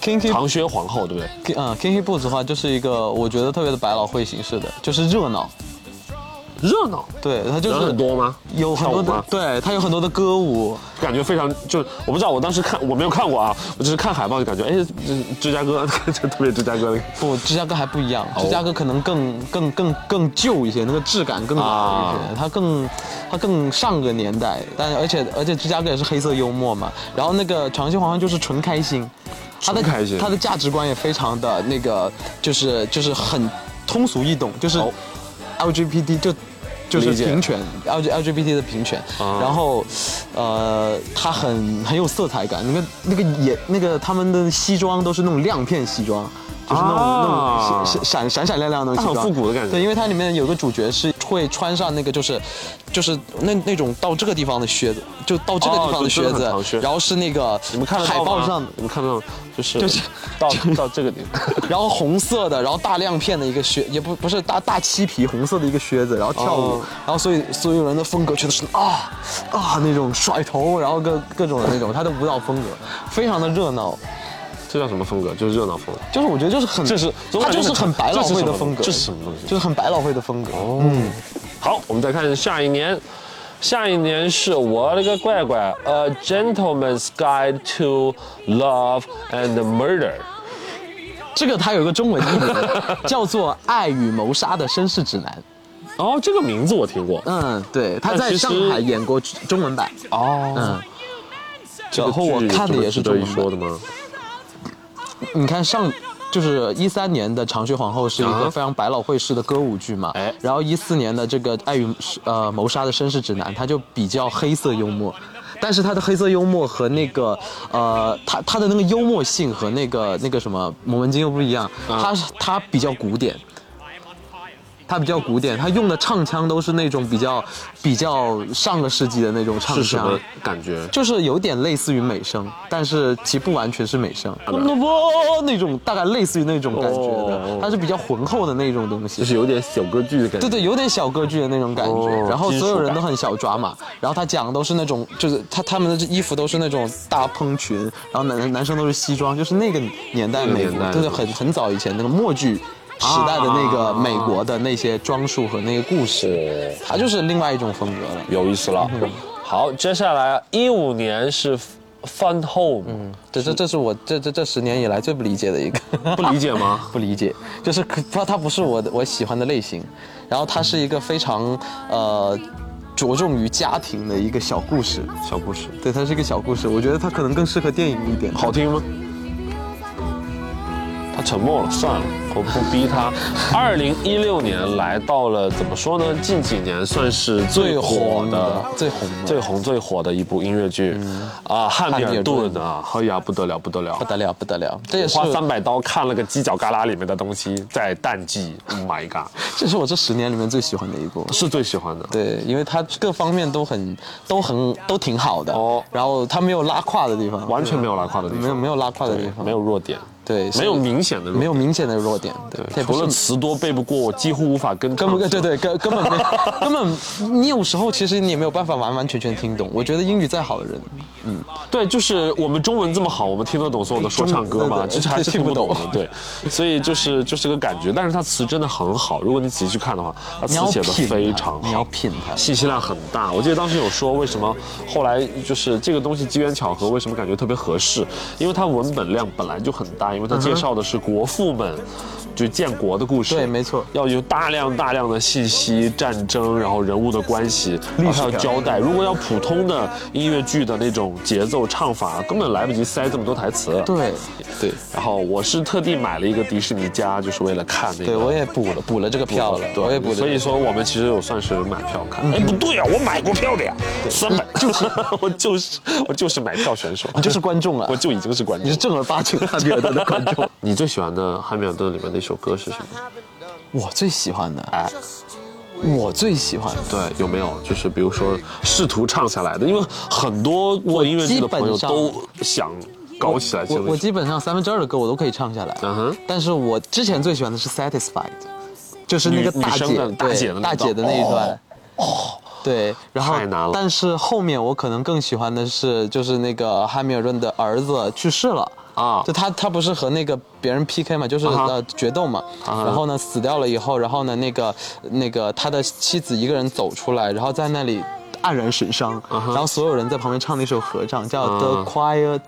S2: Kinky
S1: 唐靴皇后，对不对？
S2: 嗯，Kinky Boots 的话，就是一个我觉得特别的百老汇形式的，就是热闹。
S1: 热闹，
S2: 对，它就是
S1: 人很多吗？
S2: 有很
S1: 跳
S2: 多
S1: 舞
S2: 的
S1: 吗，
S2: 对，它有很多的歌舞，
S1: 感觉非常就是我不知道，我当时看我没有看过啊，我只是看海报就感觉，哎，这芝加哥， 这特别芝加哥的
S2: 不，芝加哥还不一样，
S1: 哦
S2: 芝加哥可能更更更更旧一些，那个质感更老一些，
S1: 啊
S2: 它更它更上个年代，但而且而且芝加哥也是黑色幽默嘛，然后那个长袖皇后就是纯开心，她的
S1: 纯开心
S2: 她的价值观也非常的那个，就是就是很通俗易懂，就是
S1: 好
S2: LGBT 就。就是
S1: 哦理解
S2: 平权，L G L G B T 的平权，
S1: 啊
S2: 然后，呃，它很很有色彩感，那个那个也那个他们的西装都是那种亮片西装，就是那种、那种
S1: 啊
S2: 闪闪闪闪亮亮的那种
S1: 它很
S2: 西装，
S1: 复古的感觉
S2: 对，因为它里面有个主角是会穿上那个就是，就是那那种到这个地方的靴子，就到这个地
S1: 哦
S2: 方的
S1: 就真的很
S2: 靴子，
S1: 长靴
S2: 然后是那个
S1: 你们看得到
S2: 海
S1: 吗
S2: 报上，
S1: 你们看得到吗就是
S2: 就是
S1: 到到这个地方。
S2: 然后红色的，然后大亮片的一个靴，也不不是大大漆皮红色的一个靴子，然后跳舞，
S1: 哦
S2: 然后所以所有人的风格全都是啊啊那种甩头，然后各各种的那种，他的舞蹈风格非常的热闹，
S1: 这叫什么风格？就是热闹风。
S2: 就是我觉得就是很
S1: 这是
S2: 他就是很百老汇的风格，
S1: 这是什么东西
S2: 就是很百老汇的风格。
S1: 好，我们再看下一年，下一年是我勒个乖乖，《A Gentleman's Guide to Love and Murder》。
S2: 这个它有一个中文译 名叫做《爱与谋杀的绅士指南》。
S1: 哦，这个名字我听过。
S2: 嗯，对，他
S1: 但
S2: 在
S1: 其实
S2: 上海演过中文版。
S1: 哦，
S2: 嗯，
S1: 这个
S2: 然后我
S1: 剧有
S2: 看的
S1: 这么
S2: 也是
S1: 值得
S2: 中
S1: 一
S2: 文
S1: 说
S2: 版
S1: 的吗？
S2: 你看上。就是一三年的《长靴皇后》是一个
S1: 啊
S2: 非常百老汇式的歌舞剧嘛，
S1: 哎
S2: 然后一四年的这个《爱与呃谋杀的绅士指南》，它就比较黑色幽默，但是它的黑色幽默和那个呃，它它的那个幽默性和
S1: 啊
S2: 那个那个什么《摩门经》又不一样，它它比较古典，它比较古典，它用的唱腔都是那种比较比较上个世纪的那种唱
S1: 是什
S2: 腔
S1: 么，感觉？
S2: 就是有点类似于美声，但是其不完全是美声， 那种大概类似于那种感觉
S1: 哦
S2: 的，它是比较浑厚的那种东西
S1: 就。是有点小歌剧的感觉。
S2: 哦对对，有点小歌剧的那种感觉，
S1: 哦
S2: 然后
S1: 金属
S2: 所有人
S1: 感
S2: 都很小抓马，然后他讲的都是那种，就是他他们的衣服都是那种大蓬裙，然后男男生都是西装，就是那个年代
S1: 那个
S2: 美
S1: 年
S2: 国
S1: 代，
S2: 就是很很早以前那个默剧时代的那个美国的那些装束和那个故事，它就是另外一种风格了。
S1: 哦有意思了。好，接下来一五年是 Fun Home，、
S2: 这这这是我这这这十年以来最不理解的 一个，
S1: 不理解吗？
S2: 啊不理解，就是可它它不是我的我喜欢的类型，然后它是一个非常呃着重于家庭的一个小故事，
S1: 小故事，
S2: 对，它是一个小故事，我觉得它可能更适合电影一点。
S1: 好听吗？他沉默了，算了，我不逼 他。二零一六年来到了，怎么说呢？近几年算是最
S2: 最
S1: 火
S2: 红
S1: 的
S2: 的、最红的嗯
S1: 最红、最火的一部音乐剧啊，《汉密尔顿》啊，哎呀，不得了，不得了
S2: 不！得了，不得了，这也是
S1: 花三百刀看了个犄角旮旯里面的东西，在淡季，Oh my god，
S2: 这是我这十年里面最喜欢的一部。
S1: 是最喜欢的。
S2: 对，因为它各方面都很、都很、都挺好的。
S1: 哦
S2: 然后它没有拉胯的地方，
S1: 完全没有拉胯的地方，
S2: 没有没有拉胯的地
S1: 对
S2: 方，
S1: 没有弱点，
S2: 对
S1: 没有
S2: 是
S1: 明显的弱点，
S2: 没有明显的弱点。对，它也不
S1: 除
S2: 是
S1: 了词多背不过，我几乎无法跟
S2: 根
S1: 根
S2: 本对对根根本没根本，你有时候其实你也没有办法完完全全听懂。我觉得英语再好的人，
S1: 对，就是我们中文这么好，我们听得懂所有的说唱歌
S2: 中
S1: 吗？
S2: 文对对
S1: 其实还是听不懂的
S2: 听，不
S1: 对，所以就是就是个感觉，但是它词真的很好，如果你仔细去看的话，它
S2: 你要
S1: 词写的
S2: 品它
S1: 非常
S2: 你要
S1: 好。
S2: 品它。
S1: 信息量很大，我记得当时有说为什么后来就是这个东西机缘巧合，为什么感觉特别合适？因为它文本量本来就很大，因为它介绍的是国父们就建国的故事，
S2: 对没错
S1: 要有大量大量的信息、战争，然后人物的关系，历史要交代。如果要普通的音乐剧的那种节奏唱法，根本来不及塞这么多台词。
S2: 对对
S1: 然后我是特地买了一个迪士尼家，就是为了看那个。
S2: 对，我也补了补了这个票了，我也补了这
S1: 所
S2: 个。
S1: 以说我们其实有算是买票看。
S2: 嗯
S1: 哎，不对呀、我买过票的呀，三百，就是 我就是我就是买票选手，
S2: 你 就是观众啊
S1: 我就已经是观
S2: 你
S1: 众
S2: 是。正儿八经汉 密尔顿的观众。
S1: 你最喜欢的《汉密尔顿》里面那首歌是什么？
S2: 我最喜欢的，
S1: 哎，
S2: 我最喜欢的，
S1: 对，有没有就是比如说试图唱下来的？因为很多做音乐剧的朋友
S2: 基本上
S1: 都想搞起来这
S2: 我我
S1: 个。
S2: 基本上三分之二的歌我都可以唱下来。
S1: 嗯哼
S2: 但是我之前最喜欢的是 Satisfied，就是那个
S1: 女
S2: 大
S1: 女生
S2: 姐
S1: 的大
S2: 对
S1: 姐的那
S2: 大姐的那一段。哦对，然后
S1: 太难了
S2: 但是后面我可能更喜欢的是，就是那个汉密尔顿的儿子去世了
S1: 啊
S2: 就他他不是和那个别人 PK 嘛，就是、
S1: 啊哈
S2: 呃决斗嘛
S1: 啊哈
S2: 然后呢死掉了以后，然后呢那个那个他的妻子一个人走出来，然后在那里黯然神伤然后所有人在旁边唱那首合唱叫
S1: 啊
S2: The Quiet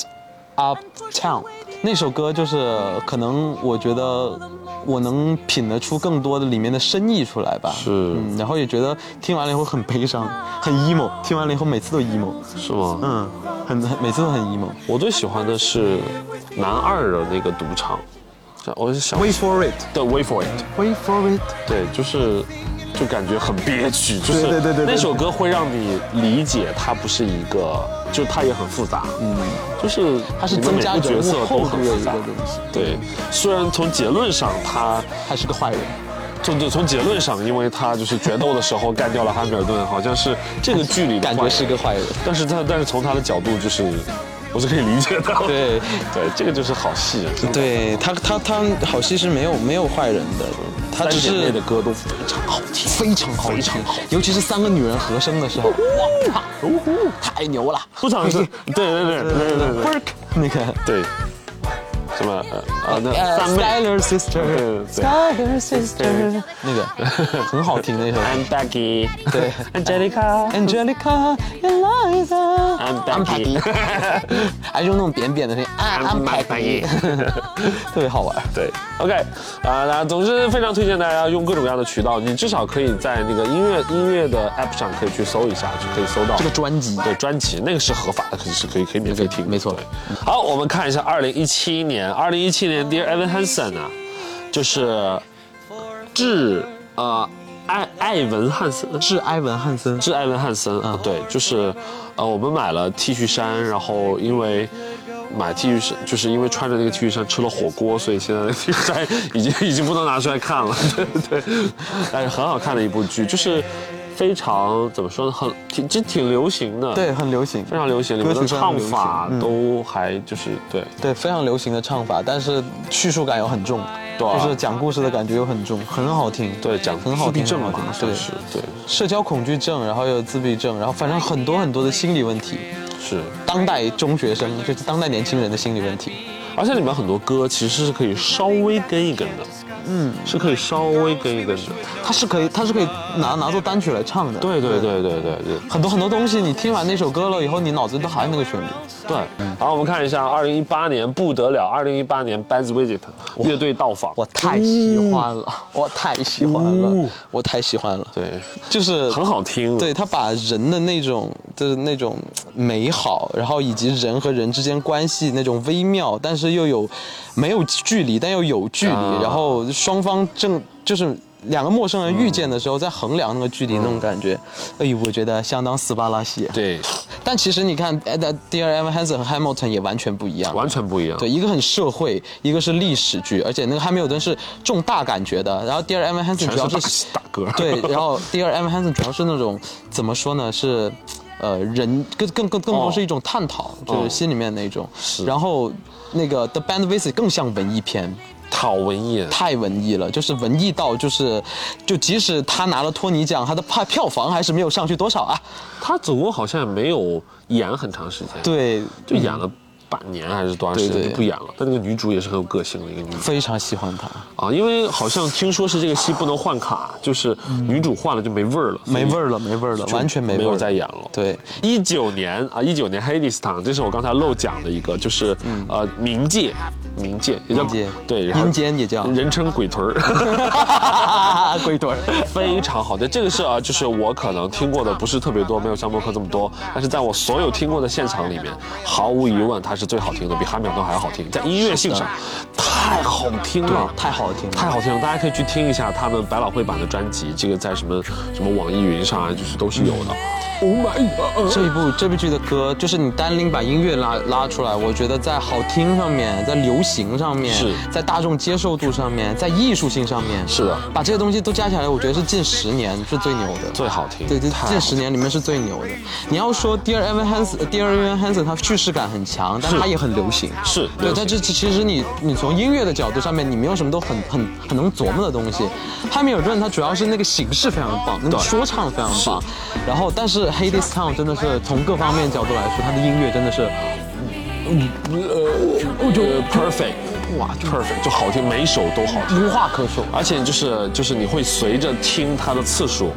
S2: Uptown，那首歌就是可能我觉得我能品得出更多的里面的深意出来吧。
S1: 是
S2: 嗯，然后也觉得听完了以后很悲伤，很 emo，听完了以后每次都 emo，
S1: 是吗？
S2: 嗯，很很每次都很 emo。
S1: 我最喜欢的是男二的那个赌场，我是想
S2: Wait for it,
S1: 对 Wait for it。
S2: wait for it。
S1: 对，就是就感觉很憋屈，就是
S2: 对对对对对
S1: 那首歌会让你理解它不是一个，就它也很复杂，嗯，就是
S2: 它是
S1: 你的
S2: 增
S1: 每
S2: 加
S1: 个角
S2: 人
S1: 色
S2: 物
S1: 都
S2: 厚
S1: 很
S2: 度的
S1: 复
S2: 一
S1: 杂
S2: 个，东西，
S1: 对，虽然从结论上它
S2: 还是个坏人。
S1: 从对从结论上，因为他就是决斗的时候干掉了汉密尔顿，好像是这个剧里的
S2: 感觉
S1: 坏
S2: 是个坏人
S1: 但是他但是从他的角度就是我是可以理解的，
S2: 对
S1: 对，这个就是好戏，啊真的
S2: 对他，他他好戏是没有没有坏人的，他
S1: 三
S2: 只
S1: 姐妹
S2: 是
S1: 的歌都非常好听，
S2: 非常好听，
S1: 非常好听
S2: 尤其是三个女人合声的时候，哇，太牛了！
S1: 不常是，对对对对对对对。
S2: work 那个
S1: 对，什么呃啊那
S2: 呃
S1: 三妹
S2: Styler
S1: 对
S2: Sister，
S1: 对对
S2: Styler Sister，那个 很好听那首。
S1: ，I'm Becky，
S2: 对
S1: ，Angelica。
S2: Angelica, Eliza,
S1: I'm Becky
S2: Patty 还是用那种扁扁的声音，I'm
S1: I'm
S2: Patty，特别好玩。
S1: 对，OK，啊、那总之非常推荐大家用各种各样的渠道，你至少可以在那个音乐音乐的 App 上可以去搜一下，就可以搜到
S2: 这个专辑
S1: 对专辑，那个是合法的，可以是可以可以免费听的，
S2: 没错
S1: 对好，我们看一下二零一七年，二零一七年 Dear Evan Hansen 啊，就是致呃艾艾文汉森，
S2: 致埃文汉森，嗯
S1: 是艾文汉森，对，就是，呃，我们买了 T 恤衫，然后因为买 T 恤衫，就是因为穿着那个 T 恤衫吃了火锅，所以现在那个 T 恤衫已经已经不能拿出来看了。 对对，但是很好看的一部剧，就是非常怎么说呢，很挺这挺流行的，
S2: 对，，很流行，
S1: 非常流行，里面
S2: 歌曲
S1: 的
S2: 非常
S1: 唱
S2: 流行
S1: 法
S2: 嗯
S1: 都还就是对。
S2: 对，非常流行的唱法，但是叙述感又很重，
S1: 对啊
S2: 就是讲故事的感觉又很重，很好听，
S1: 对，讲
S2: 很好
S1: 自闭
S2: 听，
S1: 症
S2: 很
S1: 嘛
S2: 好，听，
S1: 算
S2: 对，
S1: 是对，
S2: 社交恐惧症，然后又有自闭症，然后反正很多很多的心理问题，
S1: 是。
S2: 当代中学生就是当代年轻人的心理问题，
S1: 而且里面很多歌其实是可以稍微跟一跟的，嗯，是可以稍微跟一跟的。
S2: 它是可以，它是可以拿拿做单曲来唱的，
S1: 对对对对对对
S2: 很多很多东西，你听完那首歌了以后，你脑子都还有那个旋律。
S1: 对。好，我们看一下二零一八年不得了，二零一八年 Bad Visit 乐队到访，
S2: 我太喜欢了，我太喜欢了
S1: 哦，
S2: 我太喜欢了。
S1: 对，
S2: 就是
S1: 很好听。啊
S2: 对他把人的那种就是那种美好，然后以及人和人之间关系那种微妙，但是又有没有距离，但又有距离，
S1: 啊
S2: 然后双方正就是两个陌生人遇见的时候，在衡量那个距离那种感觉，哎呦，我觉得相当斯巴拉西。
S1: 对，
S2: 但其实你看，哎，的 Dear Evan Hansen 和 Hamilton 也完全不一样。
S1: 完全不一样。
S2: 对，一个很社会，一个是历史剧，而且那个汉密尔顿是重大感觉的，然后 Dear Evan Hansen
S1: 全
S2: 主要
S1: 是
S2: 是
S1: 大大歌
S2: 对，然后 Dear Evan Hansen 主要是那种怎么说呢，是呃人更更更更多
S1: 哦
S2: 是一种探讨，就
S1: 哦
S2: 是心里面那种。然后那个 The Band Visit 更像文艺片，
S1: 好文艺，
S2: 太文艺了，就是文艺到就是，就即使他拿了托尼奖，他的票票房还是没有上去多少啊。
S1: 他总共好像也没有演很长时间，，
S2: 对，
S1: 就演了半年还是多长时
S2: 对
S1: 间
S2: 对
S1: 就不演了。但那个女主也是很有个性的一个女主。
S2: 非常喜欢他。
S1: 啊，因为好像听说是这个戏不能换卡，就是女主换了就没味儿了，
S2: 嗯没味儿了，没味儿了，
S1: 就
S2: 完全没味儿
S1: 没
S2: 了。
S1: 有再演了。
S2: 对，
S1: 一九年啊，一九年《黑 a d e s 这是我刚才漏讲的一个，就是、呃冥界，冥界也叫
S2: 嗯冥界
S1: 对，然后
S2: 阴间也叫
S1: 人称鬼屯儿。
S2: 鬼屯
S1: 非常好的，这个是啊，就是我可能听过的不是特别多，没有像默克这么多，但是在我所有听过的现场里面，毫无疑问它是最好听的，比汉密尔顿还好听，在音乐性上太好听了，
S2: 太好听了，
S1: 太好听了，大家可以去听一下他们百老汇版的专辑，这个在什么什么网易云上啊，就是都是有的。Oh
S2: 嗯
S1: my god！
S2: 这一部这部剧的歌，就是你单拎把音乐拉拉出来，我觉得在好听上面，在流行上面，
S1: 是
S2: 在大众接受度上面，在艺术性上面，
S1: 是的
S2: 把这些东西都加起来，我觉得是近十年是最牛的，
S1: 最好听
S2: 对，这
S1: 太好呃
S2: 近十年里面是最牛的。你要说 Dear Evan Hansen，Dear Evan Hansen，它叙事感很强，但它也很流行，
S1: 是
S2: 对
S1: 流行，
S2: 但这这其实你你从音乐的角度上面，你没有什么都很很很能琢磨的东西。汉密尔顿它主要是那个形式非常棒，那个
S1: 对
S2: 说唱非常棒，然后但是 Hades Town 真的是从各方面角度来说，它的音乐真的是
S1: 呃，就 perfect，哇，perfect 就好听，每一首都好听。
S2: 无话可说。
S1: 而且就是就是你会随着听它的次数，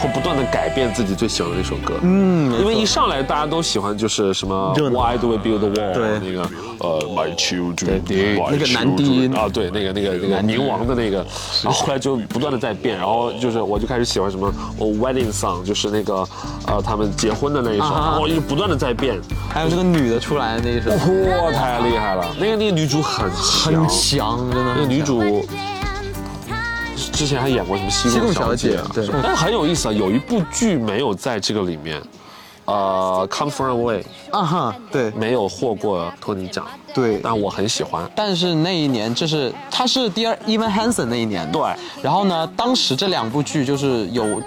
S1: 会不断的改变自己最喜欢的那首歌。嗯，因为一上来大家都喜欢就是什么
S2: 热闹
S1: Why do we build the wall？
S2: 对
S1: 那个呃 My children，my
S2: 那个男低音
S1: children 啊，对，那个那个那个宁王的那个，然后后来就不断的在变，然后就是我就开始喜欢什么哦 Wedding Song，就是那个呃他们结婚的那一首，
S2: 啊哈
S1: 然后就不断的在变，
S2: 还有这个女的出来的那一
S1: 哦
S2: 首，
S1: 哇，太厉害了！那个那个女主很
S2: 很
S1: 强，
S2: 强，真的。
S1: 那个女主之前还演过什么《西贡小姐》啊
S2: 西贡小姐对
S1: 是吧但很有意思啊，有一部剧没有在这个里面，呃，《Come From Away》
S2: 啊哈，对。
S1: 没有获过托尼奖，
S2: 对
S1: 但我很喜欢。
S2: 但是那一年，就是他是 Dear Evan Hansen 那一年的，
S1: 对
S2: 然后呢，当时这两部剧就是有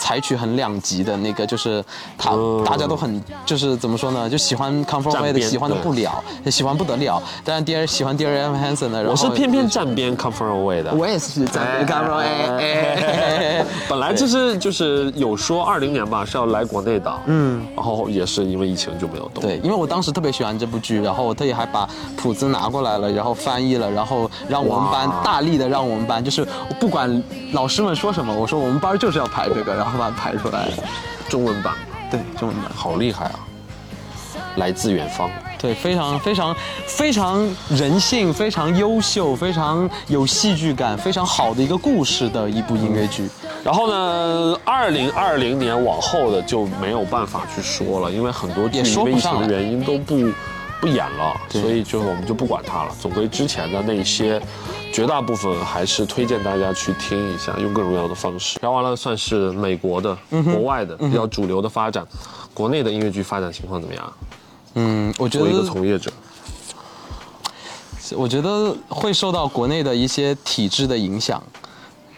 S2: 采取很两极的那个，就是他、
S1: 嗯
S2: 大家都很就是怎么说呢，就喜欢 Come From
S1: 站
S2: Away 的，
S1: 边
S2: 喜欢的
S1: 对
S2: 不了，也喜欢不得了。但是 Dear 喜欢 Dear Evan Hansen 的，然后
S1: 我是偏哎偏站边《Come From Away》的。
S2: 我也是在 Come From 哎 Away，
S1: 本来就是就是有说二零年吧是要来国内的，嗯，然后也是因为疫情就没有动。
S2: 对，因为我当时特别喜欢这部剧，然后我特意还把谱子拿过来了，然后翻译了，然后让我们班
S1: 哇
S2: 大力的让我们班，就是我不管老师们说什么，我说我们班就是要排这个，然后把它排出来。
S1: 中文版
S2: 对，中文版。
S1: 好厉害啊！来自远方，
S2: 对，非常非常非常人性，非常优秀，非常有戏剧感，非常好的一个故事的一部音乐剧。
S1: 然后呢，二零二零年往后的就没有办法去说了，因为很多剧
S2: 也说
S1: 因为
S2: 不
S1: 疫
S2: 上
S1: 情的
S2: 来
S1: 原因都不不演了，所以就我们就不管它了。总归之前的那些，绝大部分还是推荐大家去听一下，用各种各样的方式。聊完了算是美国的、
S2: 嗯
S1: 国外的比较主流的发展，国内的音乐剧发展情况怎么样？
S2: 嗯，我觉
S1: 作为一个
S2: 得
S1: 从业者，
S2: 我觉得会受到国内的一些体制的影响，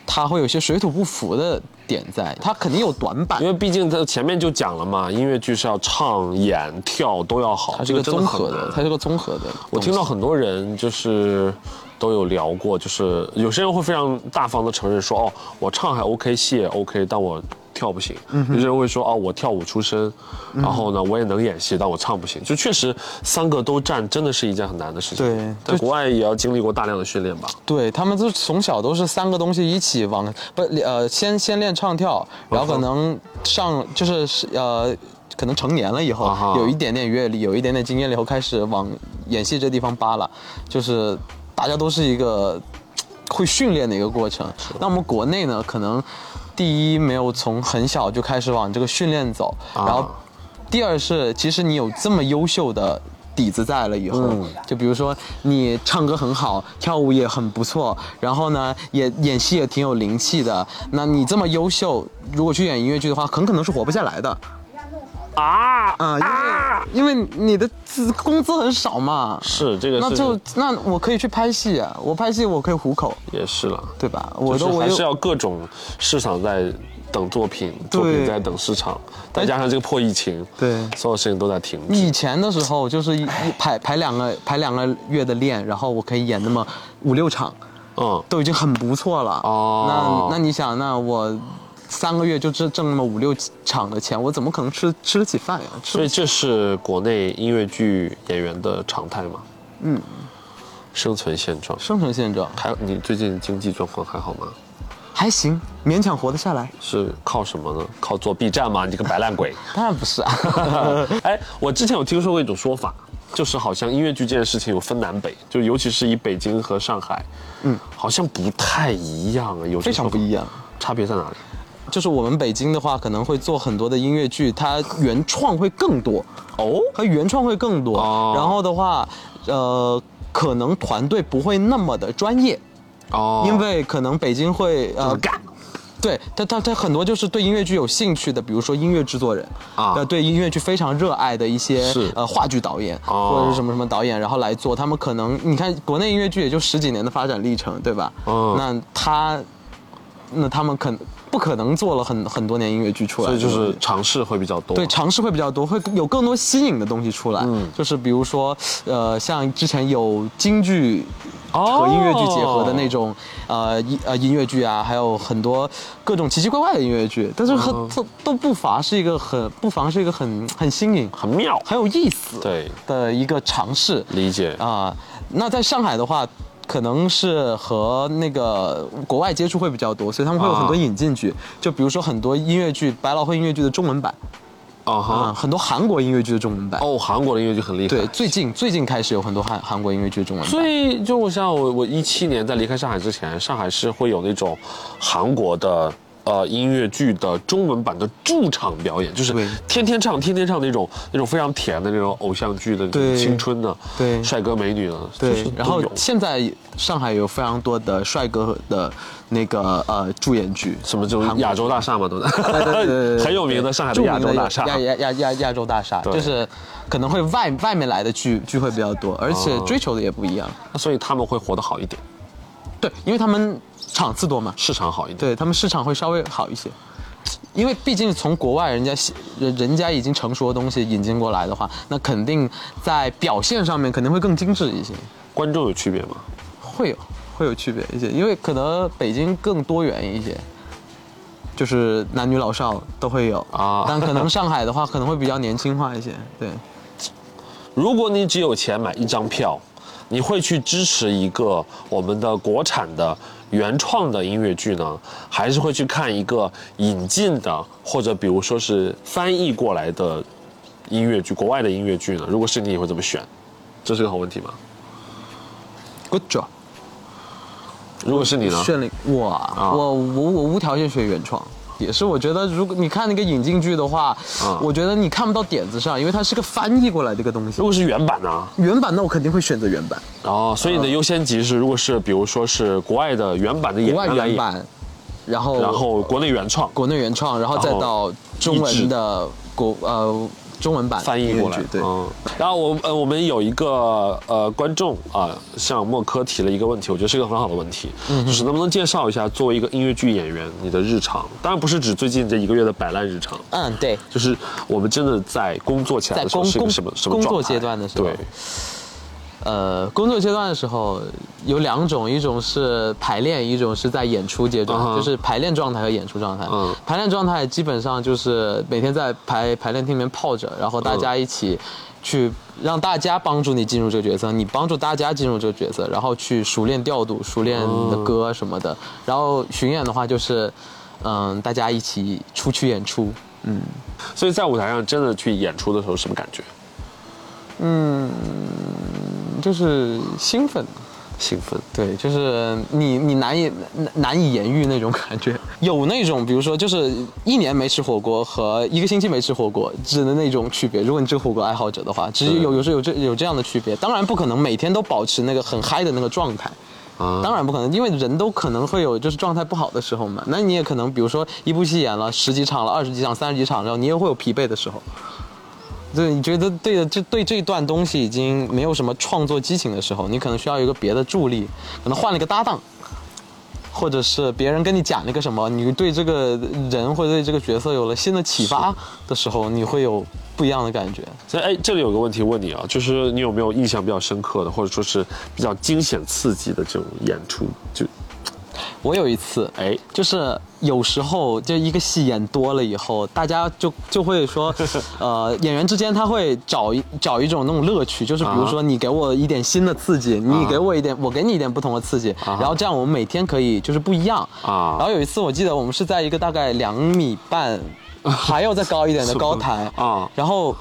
S2: 它会有些水土不服的点在，它肯定有短板
S1: 因。为毕竟他前面就讲了嘛，音乐剧是要唱、演、跳都要好，
S2: 它是一个
S1: 这真
S2: 综
S1: 很
S2: 合的，
S1: 难
S2: 它是个综合的东西。
S1: 我听到很多人就是都有聊过，就是有些人会非常大方的承认说，哦，我唱还 OK，戏也 OK，但我跳不行。
S2: 嗯
S1: 有些人会说，哦，我跳舞出身，然后呢，我也能演戏，但我唱不行。就确实三个都占，真的是一件很难的事情。
S2: 对
S1: 在
S2: 就
S1: 国外也要经历过大量的训练吧。
S2: 对他们就从小都是三个东西一起往不呃先先练唱跳，然后可能上就是是呃可能成年了以后、
S1: 啊哈
S2: 有一点点阅历，有一点点经验了以后开始往演戏这地方扒拉，就是大家都是一个嘖会训练的一个过程。那我们国内呢，可能第一没有从很小就开始往这个训练走，
S1: 啊
S2: 然后第二是，其实你有这么优秀的底子在了以后，就比如说你唱歌很好，跳舞也很不错，然后呢，也演戏也挺有灵气的。那你这么优秀，如果去演音乐剧的话，很可能是活不下来的
S1: 啊，
S2: 啊，因为因为你的资工资很少嘛。
S1: 是这个
S2: 那
S1: 是
S2: 就那我可以去拍戏啊，我拍戏我可以糊口，
S1: 也是了。
S2: 对吧？我
S1: 就是
S2: 都我
S1: 还
S2: 有
S1: 是要各种市场在等作品，作品
S2: 对
S1: 在等市场，再加上这个破疫情，
S2: 对
S1: 所有事情都在停滞。
S2: 以前的时候就是一一排排两个排两个月的练，然后我可以演那么五六场，
S1: 嗯，
S2: 都已经很不错了。
S1: 哦
S2: 那那你想，那我三个月就挣挣那么五六场的钱，我怎么可能吃吃得起饭呀？吃
S1: 所
S2: 不
S1: 以
S2: 起
S1: 这是国内音乐剧演员的常态嘛？嗯，生存现状。
S2: 生存现状
S1: 还有你最近经济状况还好吗？
S2: 还行，勉强活得下来。
S1: 是靠什么呢？靠做 B 站吗？你这个白烂 鬼！
S2: 当然不是啊，
S1: 哎，我之前有听说过一种说法，就是好像音乐剧这件事情有分南北，就尤其是以北京和上海，嗯，好像不太一样啊，有
S2: 非常不
S1: 样，
S2: 一样。
S1: 差别在哪里？
S2: 就是我们北京的话，可能会做很多的音乐剧，它原创会更多。
S1: 哦，
S2: 它原创会更多。
S1: 哦
S2: 然后的话，呃，可能团队不会那么的专业，
S1: 哦，
S2: 因为可能北京会呃
S1: 干。
S2: 对他，他他很多就是对音乐剧有兴趣的，比如说音乐制作人
S1: 啊
S2: 呃，对音乐剧非常热爱的一些
S1: 是
S2: 呃话剧导演、
S1: 哦
S2: 或者是什么什么导演，然后来做。他们可能你看国内音乐剧也就十几年的发展历程，对吧？
S1: 嗯
S2: 那他，那他们可不可能做了很很多年音乐剧出来？
S1: 所以就
S2: 对不对
S1: 是尝试会比较多。
S2: 对，尝试会比较多，会有更多新颖的东西出来。
S1: 嗯
S2: 就是比如说，呃，像之前有京剧
S1: 哦
S2: 和音乐剧结合的那种，呃，音呃音乐剧啊，还有很多各种奇奇怪怪的音乐剧，但是很、
S1: 嗯
S2: 都都不乏是一个很不妨是一个很很新颖、
S1: 很妙，
S2: 很有意思
S1: 对，
S2: 的一个尝试。
S1: 理解
S2: 啊、那在上海的话，可能是和那个国外接触会比较多，所以他们会有很多
S1: 啊
S2: 引进剧，就比如说很多音乐剧，百老汇音乐剧的中文版。
S1: 啊
S2: 啊，
S1: 哈。
S2: 很多韩国音乐剧的中文版。
S1: 哦，韩国的音乐剧很厉害。
S2: 对，最近最近开始有很多韩韩国音乐剧的中文版。
S1: 所以就我想，我我一七年在离开上海之前，上海是会有那种呃韩国的呃音乐剧的中文版的驻场表演，就是
S2: 对
S1: 天天唱天天唱那种那种非常甜的那种偶像剧的那种
S2: 对
S1: 青春的，
S2: 对
S1: 帅哥美女的，就是
S2: 对
S1: 都，
S2: 然后
S1: 有
S2: 现在上海有非常多的帅哥的那个呃助演剧，
S1: 什么就是亚洲大厦嘛，都在
S2: 对对对对对
S1: 呃 很有名的上海的亚洲大厦
S2: 著。名的亚亚亚亚亚洲大厦，
S1: 对
S2: 就是可能会外外面来的剧剧会比较多，而且
S1: 哦
S2: 追求的也不一样。
S1: 所以他们会活得好一点，
S2: 对，因为他们场次多嘛，
S1: 市场好一点。
S2: 对他们市场会稍微好一些，因为毕竟从国外人家喜人人家已经成熟的东西引进过来的话，那肯定在表现上面肯定会更精致一些，
S1: 观众有区别吗？
S2: 会有会有区别一些，因为可能北京更多元一些。就是男女老少都会有
S1: 啊
S2: 但可能上海的话可能会比较年轻化一些，对，
S1: 如果你只有钱买一张票，你会去支持一个我们的国产的原创的音乐剧呢，还是会去看一个引进的，或者比如说是翻译过来的音乐剧，国外的音乐剧呢？如果是你，你会怎么选？这是个好问题吗？
S2: Good job，
S1: 如果是你呢？
S2: 炫灵，我
S1: 啊
S2: 我我我无条件选原创，也是我觉得如果你看那个引进剧的话，
S1: 啊
S2: 我觉得你看不到点子上，因为它是个翻译过来的一个东西
S1: 如。果是原版呢？
S2: 原版那我肯定会选择原版，
S1: 哦，所以你的优先级是，如果是比如说是国外的原版的演
S2: 国外
S1: 员来
S2: 原
S1: 演，
S2: 版，然后
S1: 然后国内原创，
S2: 国内原创，然后再
S1: 然后
S2: 到中文的国呃中文版
S1: 翻译过来
S2: 音乐剧。对，
S1: 嗯。然后我呃，我们有一个呃观众啊、向莫科提了一个问题，我觉得是一个很好的问题，
S2: 嗯
S1: 就是能不能介绍一下作为一个音乐剧演员你的日常？当然不是指最近这一个月的摆烂日常，
S2: 嗯，对，
S1: 就是我们真的在工作起来的时候
S2: 在
S1: 是一
S2: 工
S1: 个什么
S2: 工
S1: 什么
S2: 工
S1: 状
S2: 作
S1: 态
S2: 阶段的时候
S1: 对，
S2: 呃，工作阶段的时候有两种，一种是排练，一种是在演出阶段
S1: 嗯哼
S2: 就是排练状态和演出状态。
S1: 嗯
S2: 排练状态基本上就是每天在排排练厅里面泡着，然后大家一起去让大家帮助你进入这个角色，你帮助大家进入这个角色，然后去熟练调度、熟练你的歌什么的。然后巡演的话就是，嗯，大家一起出去演出，
S1: 所以在舞台上真的去演出的时候是什么感觉？
S2: 嗯就是兴奋。
S1: 兴奋。
S2: 对，就是你你难以难难以言喻那种感觉， 有那种比如说就是一年没吃火锅和一个星期没吃火锅之的那种区别。如果你是火锅爱好者的话，只是有有时候有这有这样的区别，当然不可能每天都保持那个很嗨的那个状态。
S1: 啊
S2: 当然不可能，因为人都可能会有就是状态不好的时候嘛。那你也可能，比如说一部戏演了十几场了、二十几场、三十几场，然后你也会有疲惫的时候。对，你觉得对的，这对这段东西已经没有什么创作激情的时候，你可能需要一个别的助力，可能换了一个搭档，或者是别人跟你讲了一个什么，你对这个人或者对这个角色有了新的启发的时候，你会有不一样的感觉。
S1: 所以哎，这里有个问题问你啊，就是你有没有印象比较深刻的，或者说是比较惊险刺激的这种演出？就
S2: 我有一次，
S1: 哎
S2: 就是有时候就一个戏演多了以后，大家就就 会说，呃，演员之间他会找一找一种那种乐趣，就是比如说你给我一点新的刺激，
S1: 啊
S2: 你给我一点，我给你一点不同的刺激，然后这样我们每天可以就是不一样
S1: 啊
S2: 然后有一次我记得我们是在一个大概两米半， 还要再高一点的高台
S1: 啊
S2: 然后。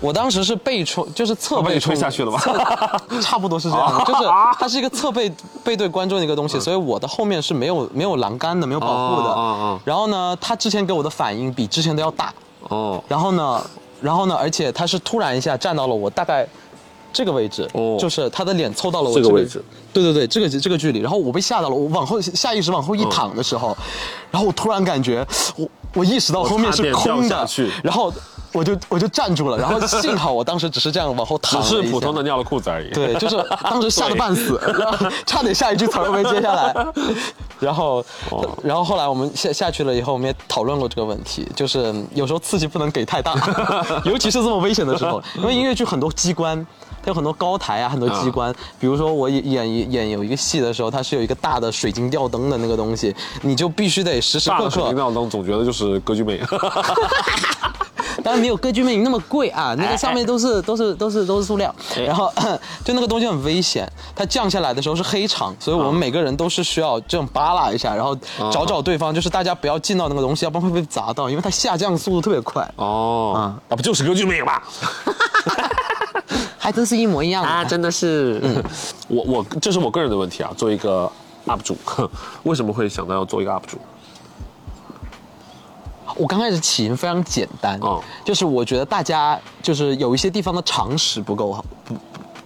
S2: 我当时是背冲，就是侧
S1: 他把
S2: 背
S1: 你吹
S2: 冲
S1: 下去了吧
S2: 侧差不多是 这样的，就是它是一个侧背背对观众的一个东西，所以我的后面是没有没有栏杆的，没有保护的。
S1: 嗯哦哦哦
S2: 然后呢，他之前给我的反应比之前都要大。
S1: 哦
S2: 然后呢，然后呢，而且他是突然一下站到了我大概这个位置，
S1: 哦
S2: 就是他的脸凑到了我
S1: 这个
S2: 里
S1: 位置。
S2: 对对对，这个这个距离，然后我被吓到了，我往后下意识往后一躺的时候，
S1: 嗯
S2: 然后我突然感觉我我意识到后面是空
S1: 我差点掉下
S2: 的
S1: 去，
S2: 然后我就我就站住了，然后幸好我当时只是这样往后躺
S1: 只
S2: 了一下，
S1: 是普通的尿了裤子而已。
S2: 对，就是当时吓得半死，然后 差点下一句词儿没接 下来。然后，
S1: 哦
S2: 然后后来我们下下去了以后，我们也讨论过这个问题，就是有时候刺激不能给 太大，尤其是这么危险的时候，因为音乐剧很多机关。它有很多高台啊，很多
S1: 嗯
S2: 机关。比如说，我演演演有一个戏的时候，它是有一个大的水晶吊灯的那个东西，你就必须得时时
S1: 大
S2: 刻
S1: 的水
S2: 刻
S1: 晶吊灯总觉得就是歌剧 魅影，
S2: 当然没有歌剧魅影那么贵
S1: 哎
S2: 啊，那个上面都是都是都是都是塑料，然后就那个东西很危险，它降下来的时候是黑
S1: 啊
S2: 场，所以我们每个人都是需要这样扒拉一下，然后找找对方，就是大家不要进到那个东西，要不然会被砸到，因为它下降速度特别快，
S1: 哦，啊不就是歌剧魅影吗？
S2: 还啊真是一模一样的。嗯
S1: 真的 是，我我这是我个人的问题啊，做一个 UP 主， 为什么会想到要做一个 UP 主？
S2: 我刚开始起因非常简单，
S1: 哦
S2: 就是我觉得大家就是有一些地方的常识不够好，不不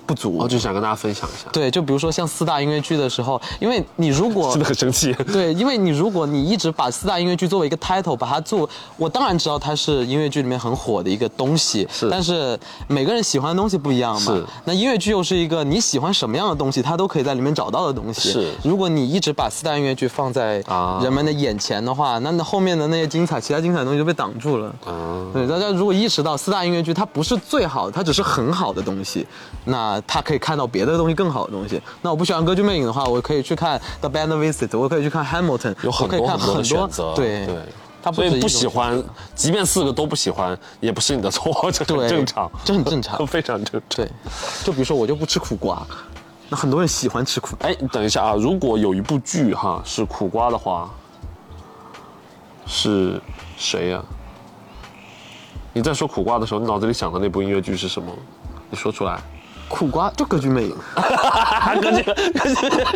S2: 不足。
S1: 哦我就想跟大家分享一下，
S2: 对，就比如说像四大音乐剧的时候，因为你如果
S1: 真的很生 气。
S2: 对，因为你如果你一直把四大音乐剧作为一个 title，把它做，我当然知道它是音乐剧里面很火的一个东西，
S1: 是
S2: 但是每个人喜欢的东西不一样嘛。
S1: 是
S2: 那音乐剧又是一个你喜欢什么样的东西，它都可以在里面找到的东西。
S1: 是
S2: 如果你一直把四大音乐剧放在
S1: 啊
S2: 人们的眼前的话，那那后面的那些精彩，其他精彩的东西就被挡住了。
S1: 啊
S2: 对，大家如果意识到四大音乐剧它不是最好的，它只是很好的东西，那他可以看到别的东西更好的东西。那我不喜欢歌剧魅影的话，我可以去看《The Band Visit》，我可以去看《Hamilton》，
S1: 有很
S2: 我可以
S1: 多
S2: 看
S1: 很多的
S2: 很
S1: 选
S2: 多
S1: 择，
S2: 对
S1: 对，
S2: 它不
S1: 所
S2: 是
S1: 以
S2: 一
S1: 不
S2: 种
S1: 喜欢，即便四个都不喜欢，也不是你的错，这很
S2: 对
S1: 正常，
S2: 这很正 常
S1: 非常正 常。
S2: 对，就比如说我就不吃苦瓜，那很多人喜欢吃苦瓜，
S1: 哎，等一下啊，如果有一部剧哈是苦瓜的话，是谁呀、你在说苦瓜的时候，你脑子里想的那部音乐剧是什么？你说出来。
S2: 苦瓜就歌剧魅 影。
S1: 啊，哥这哥这。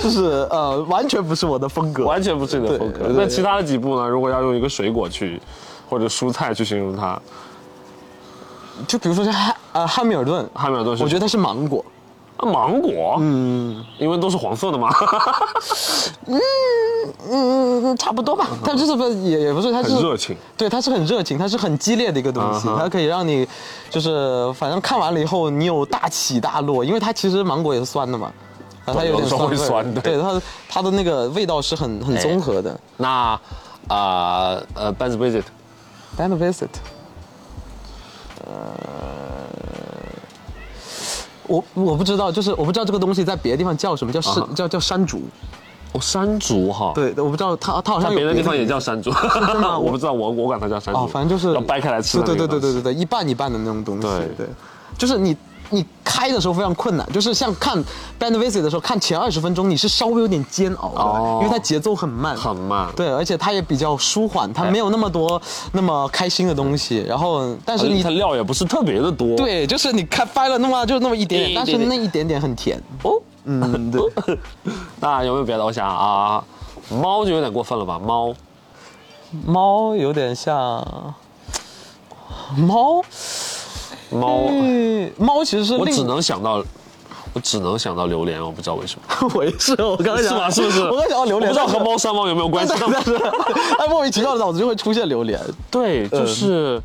S2: 就是呃，完全不是我的风格，
S1: 完全不是你的风格
S2: 对。对
S1: 那其他的几部呢？如果要用一个水果去，或者蔬菜去形容它，
S2: 就比如说像汉呃汉密尔顿，
S1: 汉密尔顿是
S2: 我觉得它是芒果，
S1: 啊、啊芒果，嗯，因为都是黄色 的嘛。
S2: 嗯，差不多吧。它就是不也也不是，它是
S1: 很热情，
S2: 对，它是很热情，它是很激烈的一个东西，
S1: 啊哈
S2: 它可以让你就是反正看完了以后你有大起大落，因为它其实芒果也是酸的嘛，啊它有点
S1: 有时
S2: 酸
S1: 候
S2: 味
S1: 会
S2: 儿
S1: 酸对
S2: 对它它的那个味道是很很综合的。
S1: 那啊呃 b a n z visit，
S2: b a n d visit，呃，我我不知道，就是我不知道这个东西在别的地方叫什么，叫山、
S1: 啊哈
S2: 叫叫山竹。
S1: 哦山竹哈，，
S2: 对，我不知道它它好
S1: 那
S2: 像有
S1: 别的地方也
S2: 名
S1: 叫 山竹，
S2: 真的 吗
S1: 我不知道，我我管它叫山竹，
S2: 哦，反正就是
S1: 要掰开来吃的那
S2: 对
S1: 个
S2: 对
S1: 东西。
S2: 对对对对，一半一半的那种东西。
S1: 对
S2: 对，就是你你开的时候非常困难，就是像看 Band Visit 的时候，看前二十分钟你是稍微有点煎熬的，
S1: 哦
S2: 因为它节奏很慢，
S1: 很慢
S2: 对，而且它也比较舒缓，它
S1: 哎
S2: 没有那么多那么开心的东西。然后，但是
S1: 而且
S2: 你
S1: 它料也不是特别的多，，
S2: 对，就是你开掰了那么就那么一点点，
S1: 一
S2: 但
S1: 点
S2: 是
S1: 点
S2: 那一点点很甜。
S1: 哦，
S2: 嗯，对，
S1: 那有没有别的？我想啊，猫就有点过分了吧？猫，
S2: 猫有点像猫，
S1: 猫，
S2: 嗯，猫其实是
S1: 我
S2: 另
S1: 只能想到，我只能想到榴莲，我不知道为什么，
S2: 我也是，我刚才
S1: 是
S2: 想
S1: 吗？是不是？
S2: 我刚才想到榴
S1: 我
S2: 莲，
S1: 不知道和
S2: 但是
S1: 猫山猫有没有关系。
S2: 但是，哎，莫名其妙的脑子就会出现榴莲。
S1: 对，就是、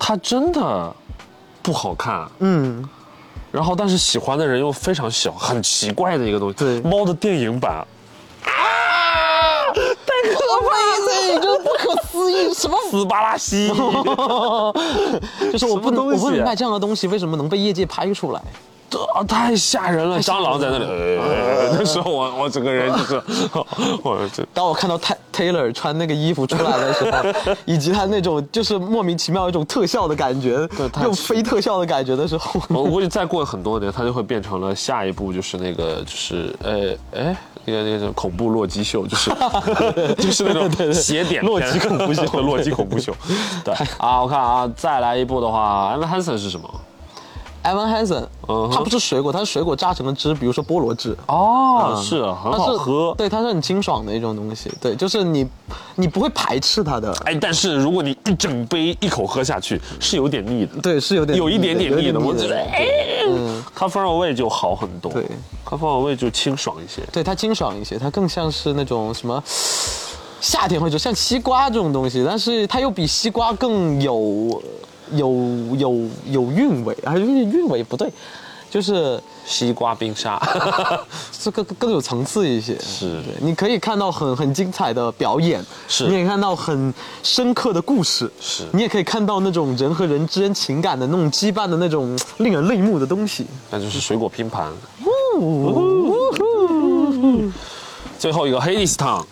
S1: 它真的不好看，
S2: 嗯，
S1: 然后但是喜欢的人又非常小，很奇怪的一个东西。
S2: 对
S1: 猫的电影版，
S2: amazing，就是不可思议，什么？
S1: 斯巴拉 西，
S2: 就是我不
S1: 什么
S2: 能，
S1: 东西啊
S2: 我不明白这样的东西为什么能被业界拍出来。
S1: 这啊太吓人了！蟑螂在那里， 呃那时候我我整个人就是， 我这
S2: 当我看到泰 Taylor 穿那个衣服出来的时 候，以及他那种就是莫名其妙一种特效的感觉，
S1: 太
S2: 又非特效的感觉的时候，
S1: 我估计再过很多年，它就会变成了下一步，就是那个，就是呃，哎，那个那个什么恐怖洛基秀，就是 就是 那种邪典洛基恐怖秀， 洛基恐怖秀。对啊，我看啊，再来一部的话，Evan Hansen 是什么？
S2: Evan Hansen，
S1: 嗯哼
S2: 它不是水果，它是水果榨成的汁，比如说菠萝汁。
S1: 哦，是很
S2: 它
S1: 好
S2: 是
S1: 喝。
S2: 对，它是很清爽的一种东西，对，就是你，你不会排斥它的，
S1: 哎，但是如果你一整杯一口喝下去，是有点腻的。
S2: 对，是有点
S1: 有一点点腻的，我觉得，哎
S2: 对，嗯
S1: 它 Far Away 就好很多，
S2: 对
S1: 它 Far Away 就清爽一些。
S2: 对它清爽一些，它更像是那种什么。夏天会吃像西瓜这种东西，但是它又比西瓜更有有有有韵味，还是韵味不对， 就是
S1: 西瓜冰沙，
S2: 这个更有层次一些。
S1: 是
S2: 对，你可以看到很很精彩的表演，
S1: 是
S2: 你也看到很深刻的故事，
S1: 是
S2: 你也可以看到那种人和人之间情感的那种羁绊的那种令人泪目的东西。
S1: 那就是水果拼盘。
S2: 哦
S1: 最后一个 Hades Town，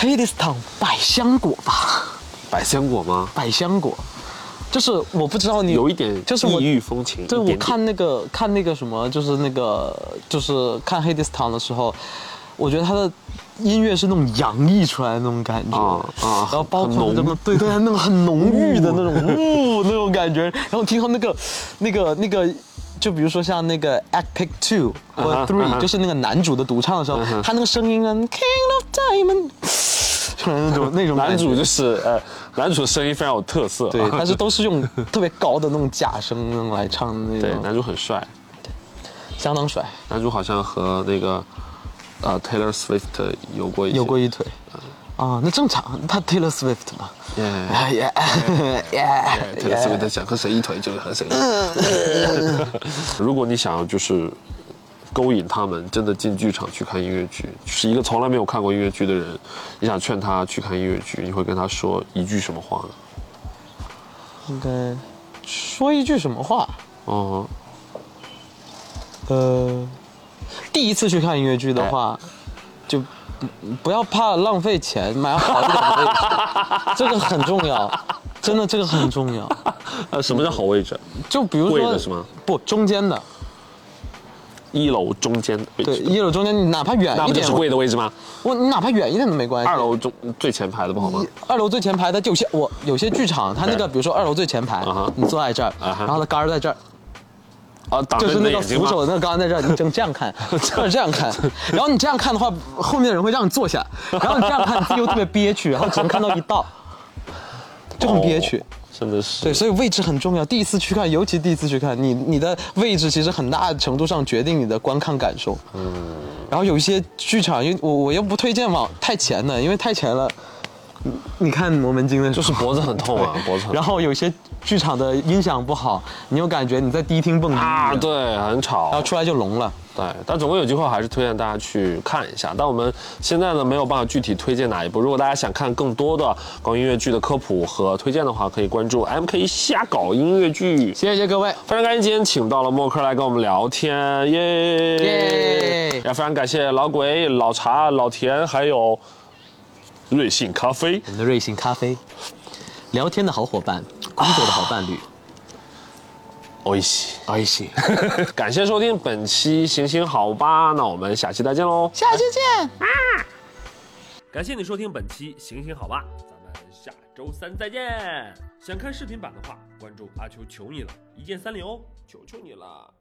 S2: Hades Town 百香果吧，
S1: 百香果吗？
S2: 百香果，就是我不知道你
S1: 有一点
S2: 就是我
S1: 异域风情。
S2: 对
S1: 一
S2: 我
S1: 点点
S2: 看那个看那个什么，就是那个就是看 Hades Town 的时候，我觉得他的音乐是那种洋溢出来的那种感觉，
S1: 啊啊
S2: 然后包
S1: 很
S2: 括
S1: 浓
S2: 什么对对，那种很浓郁的那种 雾那种感觉，然后听到那个那个那个。就比如说像那个 Act Pick Two 或
S1: 啊哈
S2: Three，、
S1: 啊哈啊
S2: 就是那个男主的独唱的时候他那个声音呢，King 啊 of Diamond，就是那种那种
S1: 男
S2: 感觉
S1: 主就是呃，男主的声音非常有特色。啊
S2: 对，但是都 是用特别高的那种假声那种来唱的那
S1: 对，
S2: 种，
S1: 男主很帅，
S2: 相当帅，
S1: 男主好像和那个呃 Taylor Swift 有过一些
S2: 有过一腿。啊，那正常，他 Taylor Swift 嘛，
S1: Yeah
S2: 哎 呀，呀
S1: 对 Taylor Swift 想和谁一腿就和谁一腿。嗯 如果你想要就是勾引他们真的进剧场去看音乐剧，就是一个从来没有看过音乐剧的人，你想劝他去看音乐剧，你会跟他说一句什么话呢？
S2: 应该说一句什么话？
S1: 哦，
S2: 呃，第一次去看音乐剧的话，就嗯不要怕浪费钱，买好一点的位置，这个很重要，真的这个很重要。
S1: 呃，什么叫好位置？
S2: 就比如说，
S1: 贵的是吗
S2: 不，中间的，
S1: 一楼中间哎的位
S2: 对，
S1: 置，
S2: 一楼中间，你哪怕远
S1: 那不
S2: 一
S1: 就
S2: 点
S1: 是，贵的位置哎吗？
S2: 我你哪怕远一点都没关系。
S1: 二楼中最前排的不好吗？
S2: 二楼最前排的就有些我有些剧场，它那个比如说二楼最前排
S1: 啊哈，
S2: 你坐在这儿，
S1: 啊哈
S2: 然后它杆儿在这儿，
S1: 啊，挡
S2: 就
S1: 着
S2: 是
S1: 你的
S2: 那个
S1: 眼睛
S2: 扶
S1: 吗？
S2: 手的那个杆儿在这儿，你只能这 样看，或者这样看，然后你这样看的话，后面的人会让你坐下，然后你这样看你自己又特别憋屈，然后只能看到一道，就很憋屈。
S1: 真的是。
S2: 对，所以位置很重要。第一次去看，尤其第一次去看，你你的位置其实很大程度上决定你的观看感受。嗯。然后有一些剧场，因为我我又不推荐往太前的，因为太前了，你你看《魔门经》的 时
S1: 就
S2: 候，
S1: 是脖子很痛啊，脖子很痛。
S2: 然后有些剧场的音响不好，你又感觉你在迪厅蹦迪，
S1: 啊，对，很吵。
S2: 然后出来就聋了。
S1: 对，但总归有机会还是推荐大家去看一下。但我们现在呢没有办法具体推荐哪一部。如果大家想看更多的关于音乐剧的科普和推荐的话，可以关注 MK 瞎搞音乐剧。
S2: 谢谢各位。
S1: 非常感谢今天请到了默克来跟我们聊天，耶！
S2: 耶
S1: 也非常感谢老鬼、老茶、老田，还有瑞幸咖啡。
S2: 我们的瑞幸咖啡，聊天的好伙伴，工作的好伴侣。
S1: おいし
S2: 哎西，
S1: い。 感谢收听本期《行行好吧》，那我们下期再见喽！
S2: 下期见。
S1: 啊感谢你收听本期《行行好吧》，咱们下周三再见。想看视频版的话，关注阿秋求你了，一键三连哦，求求你了。